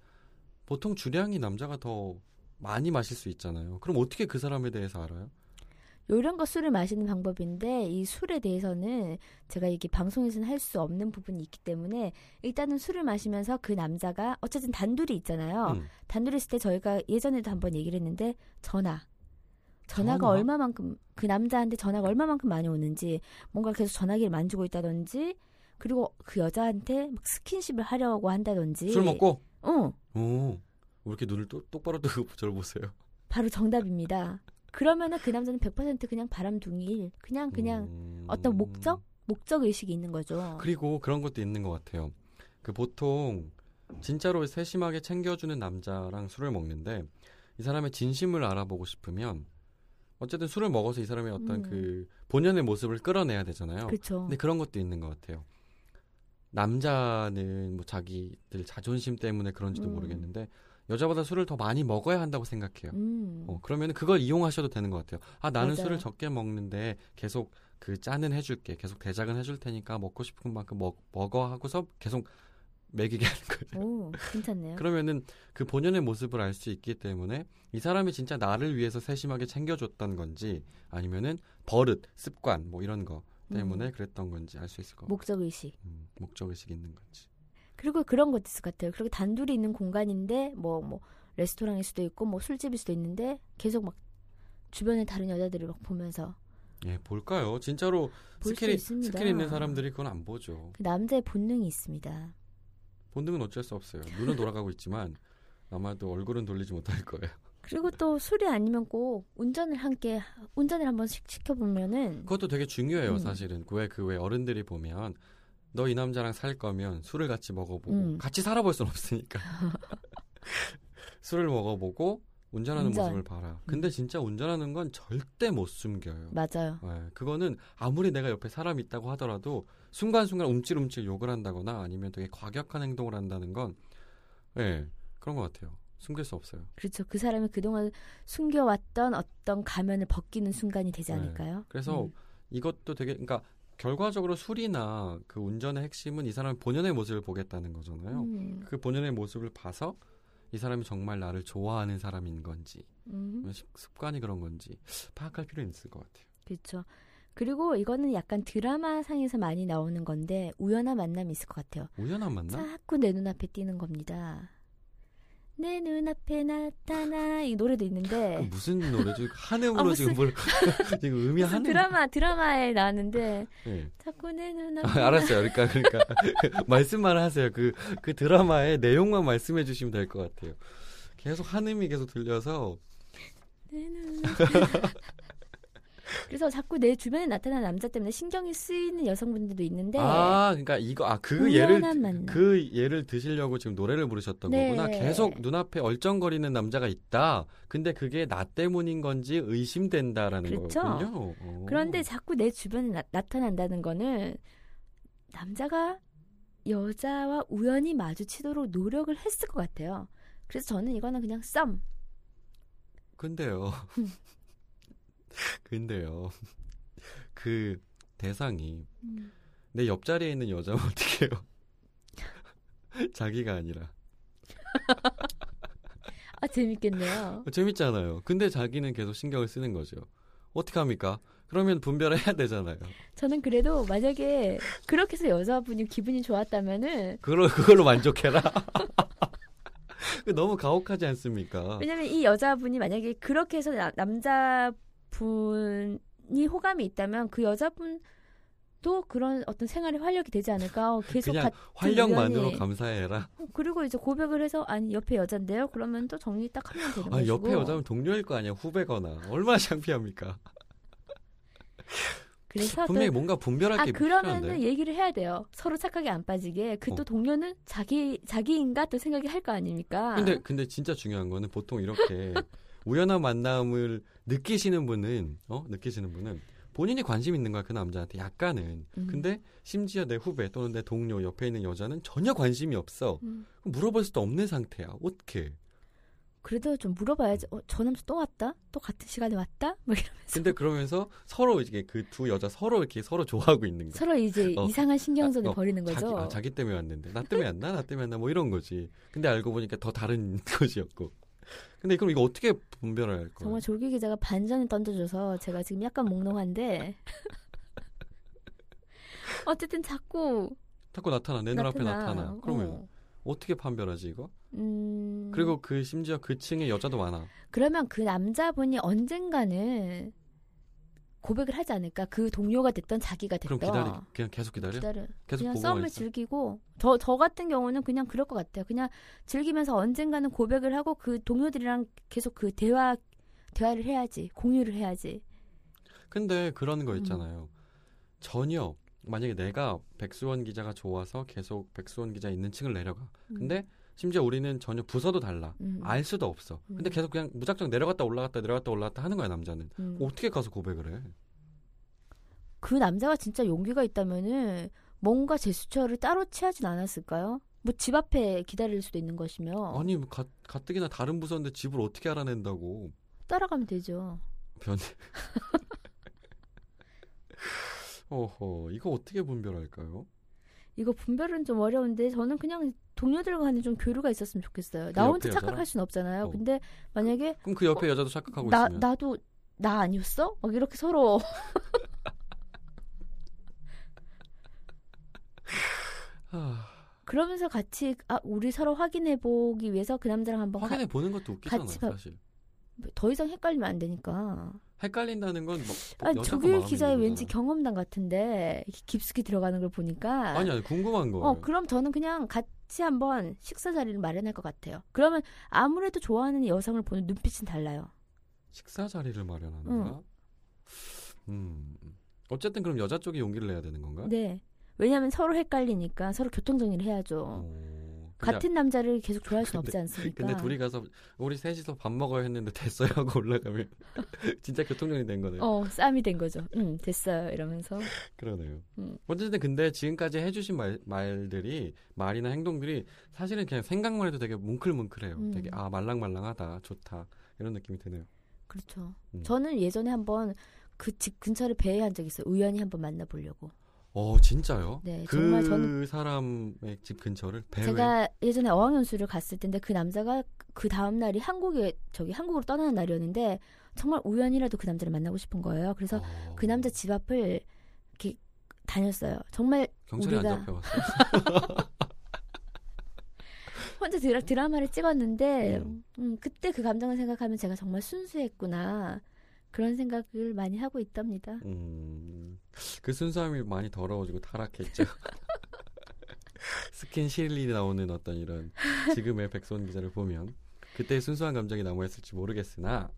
[SPEAKER 3] 보통 주량이 남자가 더 많이 마실 수 있잖아요. 그럼 어떻게 그 사람에 대해서 알아요?
[SPEAKER 2] 이런 거 술을 마시는 방법인데 이 술에 대해서는 제가 이게 방송에서는 할 수 없는 부분이 있기 때문에 일단은 술을 마시면서 그 남자가 어쨌든 단둘이 있잖아요.
[SPEAKER 3] 음.
[SPEAKER 2] 단둘이 있을 때 저희가 예전에도 한번 얘기를 했는데 전화. 전화가
[SPEAKER 3] 전화?
[SPEAKER 2] 얼마만큼 그 남자한테 전화가 얼마만큼 많이 오는지 뭔가 계속 전화기를 만지고 있다든지 그리고 그 여자한테 막 스킨십을 하려고 한다든지 어,
[SPEAKER 3] 술 먹고
[SPEAKER 2] 응
[SPEAKER 3] 오, 왜 이렇게 눈을 또, 똑바로 뜨고 저를 보세요?
[SPEAKER 2] 바로 정답입니다 그러면은 그 남자는 100% 그냥 바람둥이일 그냥 그냥
[SPEAKER 3] 음.
[SPEAKER 2] 어떤 목적? 목적 의식이 있는 거죠
[SPEAKER 3] 그리고 그런 것도 있는 것 같아요. 그 보통 진짜로 세심하게 챙겨주는 남자랑 술을 먹는데 이 사람의 진심을 알아보고 싶으면 어쨌든 술을 먹어서 이 사람의 어떤
[SPEAKER 2] 음.
[SPEAKER 3] 그 본연의 모습을 끌어내야 되잖아요.
[SPEAKER 2] 그렇죠
[SPEAKER 3] 근데 그런 것도 있는 것 같아요. 남자는 뭐 자기들 자존심 때문에 그런지도
[SPEAKER 2] 음.
[SPEAKER 3] 모르겠는데 여자보다 술을 더 많이 먹어야 한다고 생각해요.
[SPEAKER 2] 음.
[SPEAKER 3] 어, 그러면 그걸 이용하셔도 되는 것 같아요. 아, 나는
[SPEAKER 2] 맞아요.
[SPEAKER 3] 술을 적게 먹는데 계속 그 짠은 해줄게. 계속 대작은 해줄 테니까 먹고 싶은 만큼 먹, 먹어 하고서 계속 먹이게 하는 거죠.
[SPEAKER 2] 오 괜찮네요
[SPEAKER 3] 네. 그러면은 그 본연의 모습을 알 수 있기 때문에 이 사람이 진짜 나를 위해서 세심하게 챙겨줬던 건지 아니면은 버릇, 습관 뭐 이런 거 때문에
[SPEAKER 2] 음. 뭐
[SPEAKER 3] 그랬던 건지 알 수 있을 것 같아요.
[SPEAKER 2] 목적 의식
[SPEAKER 3] 음, 목적의식이 있는 건지.
[SPEAKER 2] 그리고 그런 것도 있을 것 같아요 그리고 단둘이 있는 공간인데 뭐 뭐 레스토랑일 수도 있고 뭐 술집일 수도 있는데 계속 막 주변에 다른 여자들을 막 보면서
[SPEAKER 3] 예, 볼까요? 진짜로
[SPEAKER 2] 볼수
[SPEAKER 3] 스킬,
[SPEAKER 2] 있습니다.
[SPEAKER 3] 스킬 있는 사람들이 그건 안 보죠.
[SPEAKER 2] 그 남자의 본능이 있습니다.
[SPEAKER 3] 본능은 어쩔 수 없어요. 눈은 돌아가고 있지만 아마도 얼굴은 돌리지 못할 거예요.
[SPEAKER 2] 그리고 또 술이 아니면 꼭 운전을 함께 운전을 한번 씩 시켜보면은
[SPEAKER 3] 그것도 되게 중요해요,
[SPEAKER 2] 음.
[SPEAKER 3] 사실은. 왜그왜 어른들이 보면 너 이 남자랑 살 거면 술을 같이 먹어보고
[SPEAKER 2] 음.
[SPEAKER 3] 같이 살아볼 순 없으니까 술을 먹어보고 운전하는
[SPEAKER 2] 운전.
[SPEAKER 3] 모습을 봐라. 근데 진짜 운전하는 건 절대 못 숨겨요.
[SPEAKER 2] 맞아요.
[SPEAKER 3] 예, 그거는 아무리 내가 옆에 사람 이 있다고 하더라도 순간순간 움찔움찔 욕을 한다거나 아니면 되게 과격한 행동을 한다는 건 예, 그런 것 같아요. 숨길 수 없어요.
[SPEAKER 2] 그렇죠. 그 사람이 그동안 숨겨왔던 어떤 가면을 벗기는 순간이 되지
[SPEAKER 3] 네.
[SPEAKER 2] 않을까요?
[SPEAKER 3] 그래서
[SPEAKER 2] 음.
[SPEAKER 3] 이것도 되게 그러니까 결과적으로 술이나 그 운전의 핵심은 이 사람의 본연의 모습을 보겠다는 거잖아요.
[SPEAKER 2] 음,
[SPEAKER 3] 그 본연의 모습을 봐서 이 사람이 정말 나를 좋아하는 사람인 건지
[SPEAKER 2] 음,
[SPEAKER 3] 습- 습관이 그런 건지 파악할 필요는 있을 것 같아요.
[SPEAKER 2] 그렇죠. 그리고 이거는 약간 드라마 상에서 많이 나오는 건데 우연한 만남이 있을 것 같아요.
[SPEAKER 3] 우연한 만남?
[SPEAKER 2] 자꾸 내 눈앞에 띄는 겁니다. 내 눈앞에 나타나 이 노래도
[SPEAKER 3] 그
[SPEAKER 2] 있는데
[SPEAKER 3] 무슨 노래죠? 한음으로
[SPEAKER 2] 네. 아, 무슨-
[SPEAKER 3] 지금 뭘 지금 음이
[SPEAKER 2] 무슨
[SPEAKER 3] 한음.
[SPEAKER 2] 드라마 드라마에 나왔는데
[SPEAKER 3] 예.
[SPEAKER 2] 자꾸 내 눈앞에
[SPEAKER 3] 아, 알았어요. 그러니까 그러니까 말씀만 하세요. 그 그 드라마의 내용만 말씀해 주시면 될 것 같아요. 계속 한음이 계속 들려서
[SPEAKER 2] 내 눈앞에 그래서 자꾸 내 주변에 나타나는 남자 때문에 신경이 쓰이는 여성분들도 있는데
[SPEAKER 3] 아 그러니까 이거 아 그 예를
[SPEAKER 2] 네. 우연한 만남.
[SPEAKER 3] 그 예를 드시려고 지금 노래를 부르셨던
[SPEAKER 2] 네.
[SPEAKER 3] 거구나. 계속 눈앞에 얼쩡거리는 남자가 있다. 근데 그게 나 때문인 건지 의심된다라는
[SPEAKER 2] 그렇죠.
[SPEAKER 3] 거군요. 어.
[SPEAKER 2] 그런데 자꾸 내 주변에 나, 나타난다는 거는 남자가 여자와 우연히 마주치도록 노력을 했을 것 같아요. 그래서 저는 이거는 그냥 썸.
[SPEAKER 3] 근데요. 근데요. 그 대상이 내 옆자리에 있는 여자면 어떻게 해요? 자기가 아니라
[SPEAKER 2] 아 재밌겠네요.
[SPEAKER 3] 어, 재밌잖아요. 근데 자기는 계속 신경을 쓰는 거죠. 어떻게 합니까? 그러면 분별해야 되잖아요.
[SPEAKER 2] 저는 그래도 만약에 그렇게 해서 여자분이 기분이 좋았다면은
[SPEAKER 3] 그걸 그걸로 만족해라. 그 너무 가혹하지 않습니까?
[SPEAKER 2] 왜냐면 이 여자분이 만약에 그렇게 해서 나- 남자분이 호감이 있다면 그 여자분도 그런 어떤 생활에 활력이 되지 않을까 어, 계속
[SPEAKER 3] 그냥
[SPEAKER 2] 같-
[SPEAKER 3] 활력만으로
[SPEAKER 2] 우연히.
[SPEAKER 3] 감사해라.
[SPEAKER 2] 어, 그리고 이제 고백을 해서 아니 옆에 여잔데요. 그러면 또 정리 딱 하면 되는
[SPEAKER 3] 아,
[SPEAKER 2] 거고.
[SPEAKER 3] 옆에 여자면 동료일 거 아니야 후배거나 얼마나 창피합니까?
[SPEAKER 2] 그래서 또-
[SPEAKER 3] 분명히 뭐 뭔가 분별할
[SPEAKER 2] 아
[SPEAKER 3] 게
[SPEAKER 2] 그러면은
[SPEAKER 3] 필요한데.
[SPEAKER 2] 얘기를 해야 돼요. 서로 착하게 안 빠지게. 그 또
[SPEAKER 3] 어.
[SPEAKER 2] 동료는 자기 자기인가 또 생각이 할 거 아닙니까?
[SPEAKER 3] 근데 근데 진짜 중요한 거는 보통 이렇게 우연한 만남을 느끼시는 분은 어 느끼시는 분은 본인이 관심 있는 거야 그 남자한테 약간은.
[SPEAKER 2] 음.
[SPEAKER 3] 근데 심지어 내 후배 또는 내 동료 옆에 있는 여자는 전혀 관심이 없어.
[SPEAKER 2] 음.
[SPEAKER 3] 그럼 물어볼 수도 없는 상태야. 어떻게?
[SPEAKER 2] 그래도 좀 물어봐야지. 어, 저 남자 또 왔다? 또 같은 시간에 왔다? 막 이러면서
[SPEAKER 3] 근데 그러면서 서로 이게 그 두 여자 서로 이렇게 서로 좋아하고 있는 거야.
[SPEAKER 2] 서로 이제
[SPEAKER 3] 어.
[SPEAKER 2] 이상한 신경전을
[SPEAKER 3] 아, 어,
[SPEAKER 2] 벌이는
[SPEAKER 3] 자기,
[SPEAKER 2] 거죠.
[SPEAKER 3] 아, 자기 때문에 왔는데 나 때문에 안 나, 나 때문에 안 나, 뭐 이런 거지. 근데 알고 보니까 더 다른 것이었고. 근데 그럼 이거 어떻게 분별할 거예요?
[SPEAKER 2] 정말 졸기 기자가 반전을 던져줘서 제가 지금 약간 몽롱한데. 어쨌든 자꾸
[SPEAKER 3] 자꾸 나타나 내 눈앞에
[SPEAKER 2] 나타나.
[SPEAKER 3] 나타나. 그러면
[SPEAKER 2] 어.
[SPEAKER 3] 어. 떻게 판별하지 이거?
[SPEAKER 2] 음.
[SPEAKER 3] 그리고 그 심지어 그 층에 여자도 많아.
[SPEAKER 2] 그러면 그 남자분이 언젠가는 고백을 하지 않을까? 그 동료가 됐던 자기가 됐던
[SPEAKER 3] 그럼 기다리 그냥 계속 기다려.
[SPEAKER 2] 기다려.
[SPEAKER 3] 계속
[SPEAKER 2] 그냥
[SPEAKER 3] 보고만
[SPEAKER 2] 썸을
[SPEAKER 3] 있어.
[SPEAKER 2] 즐기고 저, 저 같은 경우는 그냥 그럴 것 같아요. 그냥 즐기면서 언젠가는 고백을 하고 그 동료들이랑 계속 그 대화 대화를 해야지 공유를 해야지.
[SPEAKER 3] 근데 그런 거
[SPEAKER 2] 음.
[SPEAKER 3] 있잖아요. 전혀 만약에 내가 백수원 기자가 좋아서 계속 백수원 기자 있는 층을 내려가.
[SPEAKER 2] 음.
[SPEAKER 3] 근데 심지어 우리는 전혀 부서도 달라.
[SPEAKER 2] 음.
[SPEAKER 3] 알 수도 없어.
[SPEAKER 2] 음.
[SPEAKER 3] 근데 계속 그냥 무작정 내려갔다 올라갔다 내려갔다 올라갔다 하는 거야 남자는.
[SPEAKER 2] 음.
[SPEAKER 3] 어떻게 가서 고백을 해?
[SPEAKER 2] 그 남자가 진짜 용기가 있다면은 뭔가 제스처를 따로 취하진 않았을까요? 뭐 집 앞에 기다릴 수도 있는 것이며
[SPEAKER 3] 아니 뭐 가, 가뜩이나 다른 부서인데 집을 어떻게 알아낸다고?
[SPEAKER 2] 따라가면 되죠.
[SPEAKER 3] 변. 어허 이거 어떻게 분별할까요?
[SPEAKER 2] 이거 분별은 좀 어려운데 저는 그냥 동료들 간에 좀 교류가 있었으면 좋겠어요. 나
[SPEAKER 3] 옆에
[SPEAKER 2] 혼자
[SPEAKER 3] 여자랑?
[SPEAKER 2] 착각할 순 없잖아요.
[SPEAKER 3] 어.
[SPEAKER 2] 근데 만약에
[SPEAKER 3] 그럼 그 옆에 여자도 착각하고
[SPEAKER 2] 어, 나
[SPEAKER 3] 있으면
[SPEAKER 2] 나도 나 아니었어? 막 이렇게 서로
[SPEAKER 3] 하,
[SPEAKER 2] 그러면서 같이 아 우리 서로 확인해 보기 위해서 그 남자랑 한번 가-
[SPEAKER 3] 확인해 보는 것도 웃기잖아
[SPEAKER 2] 같이 가-
[SPEAKER 3] 사실.
[SPEAKER 2] 더 이상 헷갈리면 안 되니까.
[SPEAKER 3] 헷갈린다는 건 뭐,
[SPEAKER 2] 아
[SPEAKER 3] 여자가
[SPEAKER 2] 조규일
[SPEAKER 3] 마음에
[SPEAKER 2] 기자의
[SPEAKER 3] 있는
[SPEAKER 2] 왠지
[SPEAKER 3] 거잖아.
[SPEAKER 2] 경험담 같은데 이렇게 깊숙이 들어가는 걸 보니까
[SPEAKER 3] 아니 아니 궁금한 거예요.
[SPEAKER 2] 그- 어 그럼 저는 그냥 가, 같이 한번 식사 자리를 마련할 것 같아요. 그러면 아무래도 좋아하는 여성을 보는 눈빛은 달라요.
[SPEAKER 3] 식사 자리를 마련한다. 음. 어쨌든 그럼 여자 쪽이 용기를 내야 되는 건가?
[SPEAKER 2] 네. 왜냐하면 서로 헷갈리니까 서로 교통 정리를 해야죠.
[SPEAKER 3] 어, 근데-
[SPEAKER 2] 같은 남자를 계속 좋아할 수는 없지 않습니까?
[SPEAKER 3] 근데 둘이 가서 우리 셋이서 밥 먹어야 했는데 됐어요 하고 올라가면 진짜 교통정리 된 거네요.
[SPEAKER 2] 어 쌈이 된 거죠. 음 됐어요 이러면서
[SPEAKER 3] 그러네요.
[SPEAKER 2] 음.
[SPEAKER 3] 어쨌든 근데 지금까지 해주신 말, 말들이 말이나 행동들이 사실은 그냥 생각만 해도 되게 뭉클뭉클해요.
[SPEAKER 2] 음.
[SPEAKER 3] 되게 아 말랑말랑하다 좋다 이런 느낌이 드네요.
[SPEAKER 2] 그렇죠.
[SPEAKER 3] 음.
[SPEAKER 2] 저는 예전에 한번 그 집 근처를 배회한 적 있어요. 우연히 한번 만나보려고.
[SPEAKER 3] 어 진짜요?
[SPEAKER 2] 네,
[SPEAKER 3] 그
[SPEAKER 2] 정말 저는-
[SPEAKER 3] 사람의 집 근처를 배회.
[SPEAKER 2] 제가 예전에 어학연수를 갔을 텐데 그 남자가 그 다음 날이 한국에 저기 한국으로 떠나는 날이었는데 정말 우연이라도 그 남자를 만나고 싶은 거예요. 그래서
[SPEAKER 3] 어,
[SPEAKER 2] 그 남자 집 앞을 이렇게 다녔어요. 정말
[SPEAKER 3] 경찰에
[SPEAKER 2] 우리가-
[SPEAKER 3] 안 잡혀갔어요.
[SPEAKER 2] 혼자 드라, 드라마를 찍었는데
[SPEAKER 3] 음.
[SPEAKER 2] 음, 그때 그 감정을 생각하면 제가 정말 순수했구나 그런 생각을 많이 하고 있답니다.
[SPEAKER 3] 음, 그 순수함이 많이 더러워지고 타락했죠. 스킨 실리 나오는 어떤 이런 지금의 백소원 기자를 보면 그때의 순수한 감정이 남아있을지 모르겠으나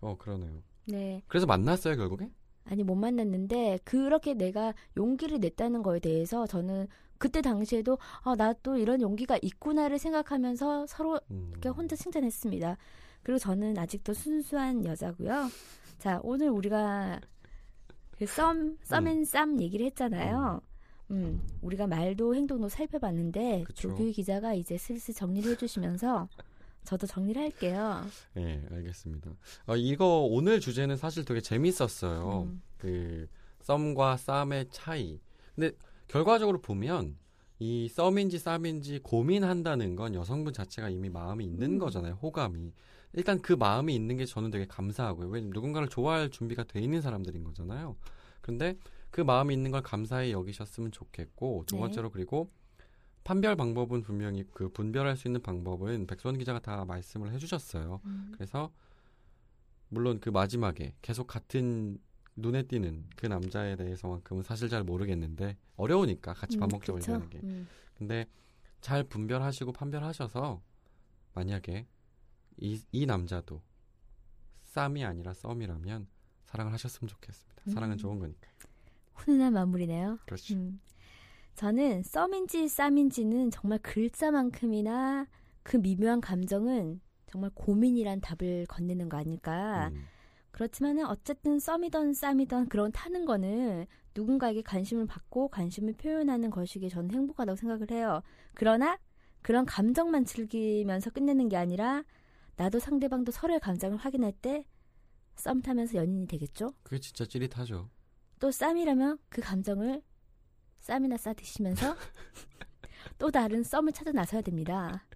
[SPEAKER 3] 어 그러네요.
[SPEAKER 2] 네,
[SPEAKER 3] 그래서 만났어요 결국에?
[SPEAKER 2] 아니 못 만났는데 그렇게 내가 용기를 냈다는 거에 대해서 저는 그때 당시에도 아, 나 또 이런 용기가 있구나를 생각하면서 서로
[SPEAKER 3] 음.
[SPEAKER 2] 이렇게 그러니까 혼자 칭찬했습니다. 그리고 저는 아직도 순수한 여자고요. 자, 오늘 우리가 그 썸,
[SPEAKER 3] 음.
[SPEAKER 2] 썸앤쌈 얘기를 했잖아요. 음, 우리가 말도 행동도 살펴봤는데
[SPEAKER 3] 그쵸.
[SPEAKER 2] 조규희 기자가 이제 슬슬 정리를 해주시면서 저도 정리를 할게요.
[SPEAKER 3] 예, 알겠습니다. 어, 이거 오늘 주제는 사실 되게 재밌었어요.
[SPEAKER 2] 음.
[SPEAKER 3] 그 썸과 쌈의 차이. 근데 결과적으로 보면 이 썸인지 쌈인지 고민한다는 건 여성분 자체가 이미 마음이 있는
[SPEAKER 2] 음.
[SPEAKER 3] 거잖아요. 호감이. 일단 그 마음이 있는 게 저는 되게 감사하고요. 왜냐면 누군가를 좋아할 준비가 돼 있는 사람들인 거잖아요. 그런데 그 마음이 있는 걸 감사히 여기셨으면 좋겠고 두
[SPEAKER 2] 네.
[SPEAKER 3] 번째로 그리고 판별 방법은 분명히 그 분별할 수 있는 방법은 백수원 기자가 다 말씀을 해주셨어요.
[SPEAKER 2] 음,
[SPEAKER 3] 그래서 물론 그 마지막에 계속 같은 눈에 띄는 그 남자에 대해서만큼은 사실 잘 모르겠는데 어려우니까 같이 밥
[SPEAKER 2] 음,
[SPEAKER 3] 먹자고
[SPEAKER 2] 그쵸?
[SPEAKER 3] 얘기하는 게
[SPEAKER 2] 음,
[SPEAKER 3] 근데 잘 분별하시고 판별하셔서 만약에 이, 이 남자도 쌈이 아니라 썸이라면 사랑을 하셨으면 좋겠습니다 사랑은
[SPEAKER 2] 음.
[SPEAKER 3] 좋은 거니까요
[SPEAKER 2] 훈훈한 마무리네요.
[SPEAKER 3] 그렇죠
[SPEAKER 2] 음. 저는 썸인지 쌈인지는 정말 글자만큼이나 그 미묘한 감정은 정말 고민이란 답을 건네는 거 아닐까.
[SPEAKER 3] 음.
[SPEAKER 2] 그렇지만은 어쨌든 썸이던 쌈이던 그런 타는 거는 누군가에게 관심을 받고 관심을 표현하는 것이기에 저는 행복하다고 생각을 해요. 그러나 그런 감정만 즐기면서 끝내는 게 아니라 나도 상대방도 서로의 감정을 확인할 때 썸 타면서 연인이 되겠죠?
[SPEAKER 3] 그게 진짜 찌릿하죠
[SPEAKER 2] 또 쌈이라면 그 감정을 쌈이나 싸 드시면서 또 다른 썸을 찾아 나서야 됩니다.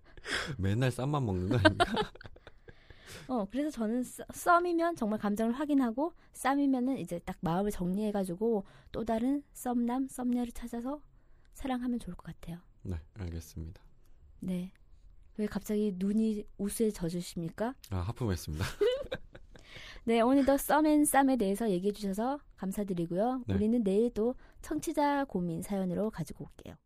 [SPEAKER 3] 맨날 쌈만 먹는 거 아닙니까
[SPEAKER 2] 어, 그래서 저는 써- 썸이면 정말 감정을 확인하고 쌈이면은 이제 딱 마음을 정리해가지고 또 다른 썸남, 썸녀를 찾아서 사랑하면 좋을 것 같아요.
[SPEAKER 3] 네 알겠습니다
[SPEAKER 2] 네. 왜 갑자기 눈이 우수에 젖으십니까?
[SPEAKER 3] 아 하품했습니다
[SPEAKER 2] 네, 오늘도 썸앤쌈에 대해서 얘기해 주셔서 감사드리고요.
[SPEAKER 3] 네.
[SPEAKER 2] 우리는 내일 또 청취자 고민 사연으로 가지고 올게요.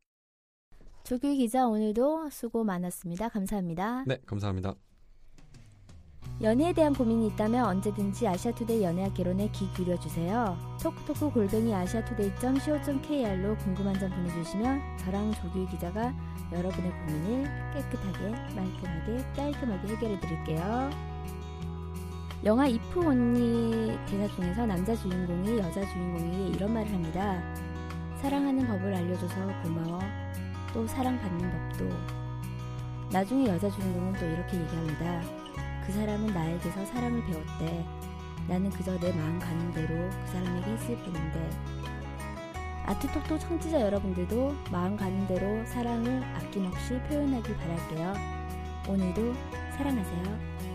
[SPEAKER 2] 조규 기자 오늘도 수고 많았습니다. 감사합니다.
[SPEAKER 3] 네 감사합니다
[SPEAKER 2] 연애에 대한 고민이 있다면 언제든지 아시아투데이 연애학개론에 귀 기울여 주세요. 토크토크 골뱅이 아시아투데이.co.kr로 궁금한 점 보내주시면 저랑 조규 기자가 여러분의 고민을 깨끗하게 말끔하게 깔끔하게 해결해 드릴게요. 영화 이프 언니 대사 중에서 남자 주인공이 여자 주인공에게 이런 말을 합니다. 사랑하는 법을 알려줘서 고마워. 또 사랑받는 법도. 나중에 여자 주인공은 또 이렇게 얘기합니다. 그 사람은 나에게서 사랑을 배웠대. 나는 그저 내 마음 가는 대로 그 사람에게 했을 뿐인데. 아트톡톡 청취자 여러분들도 마음 가는 대로 사랑을 아낌없이 표현하길 바랄게요. 오늘도 사랑하세요.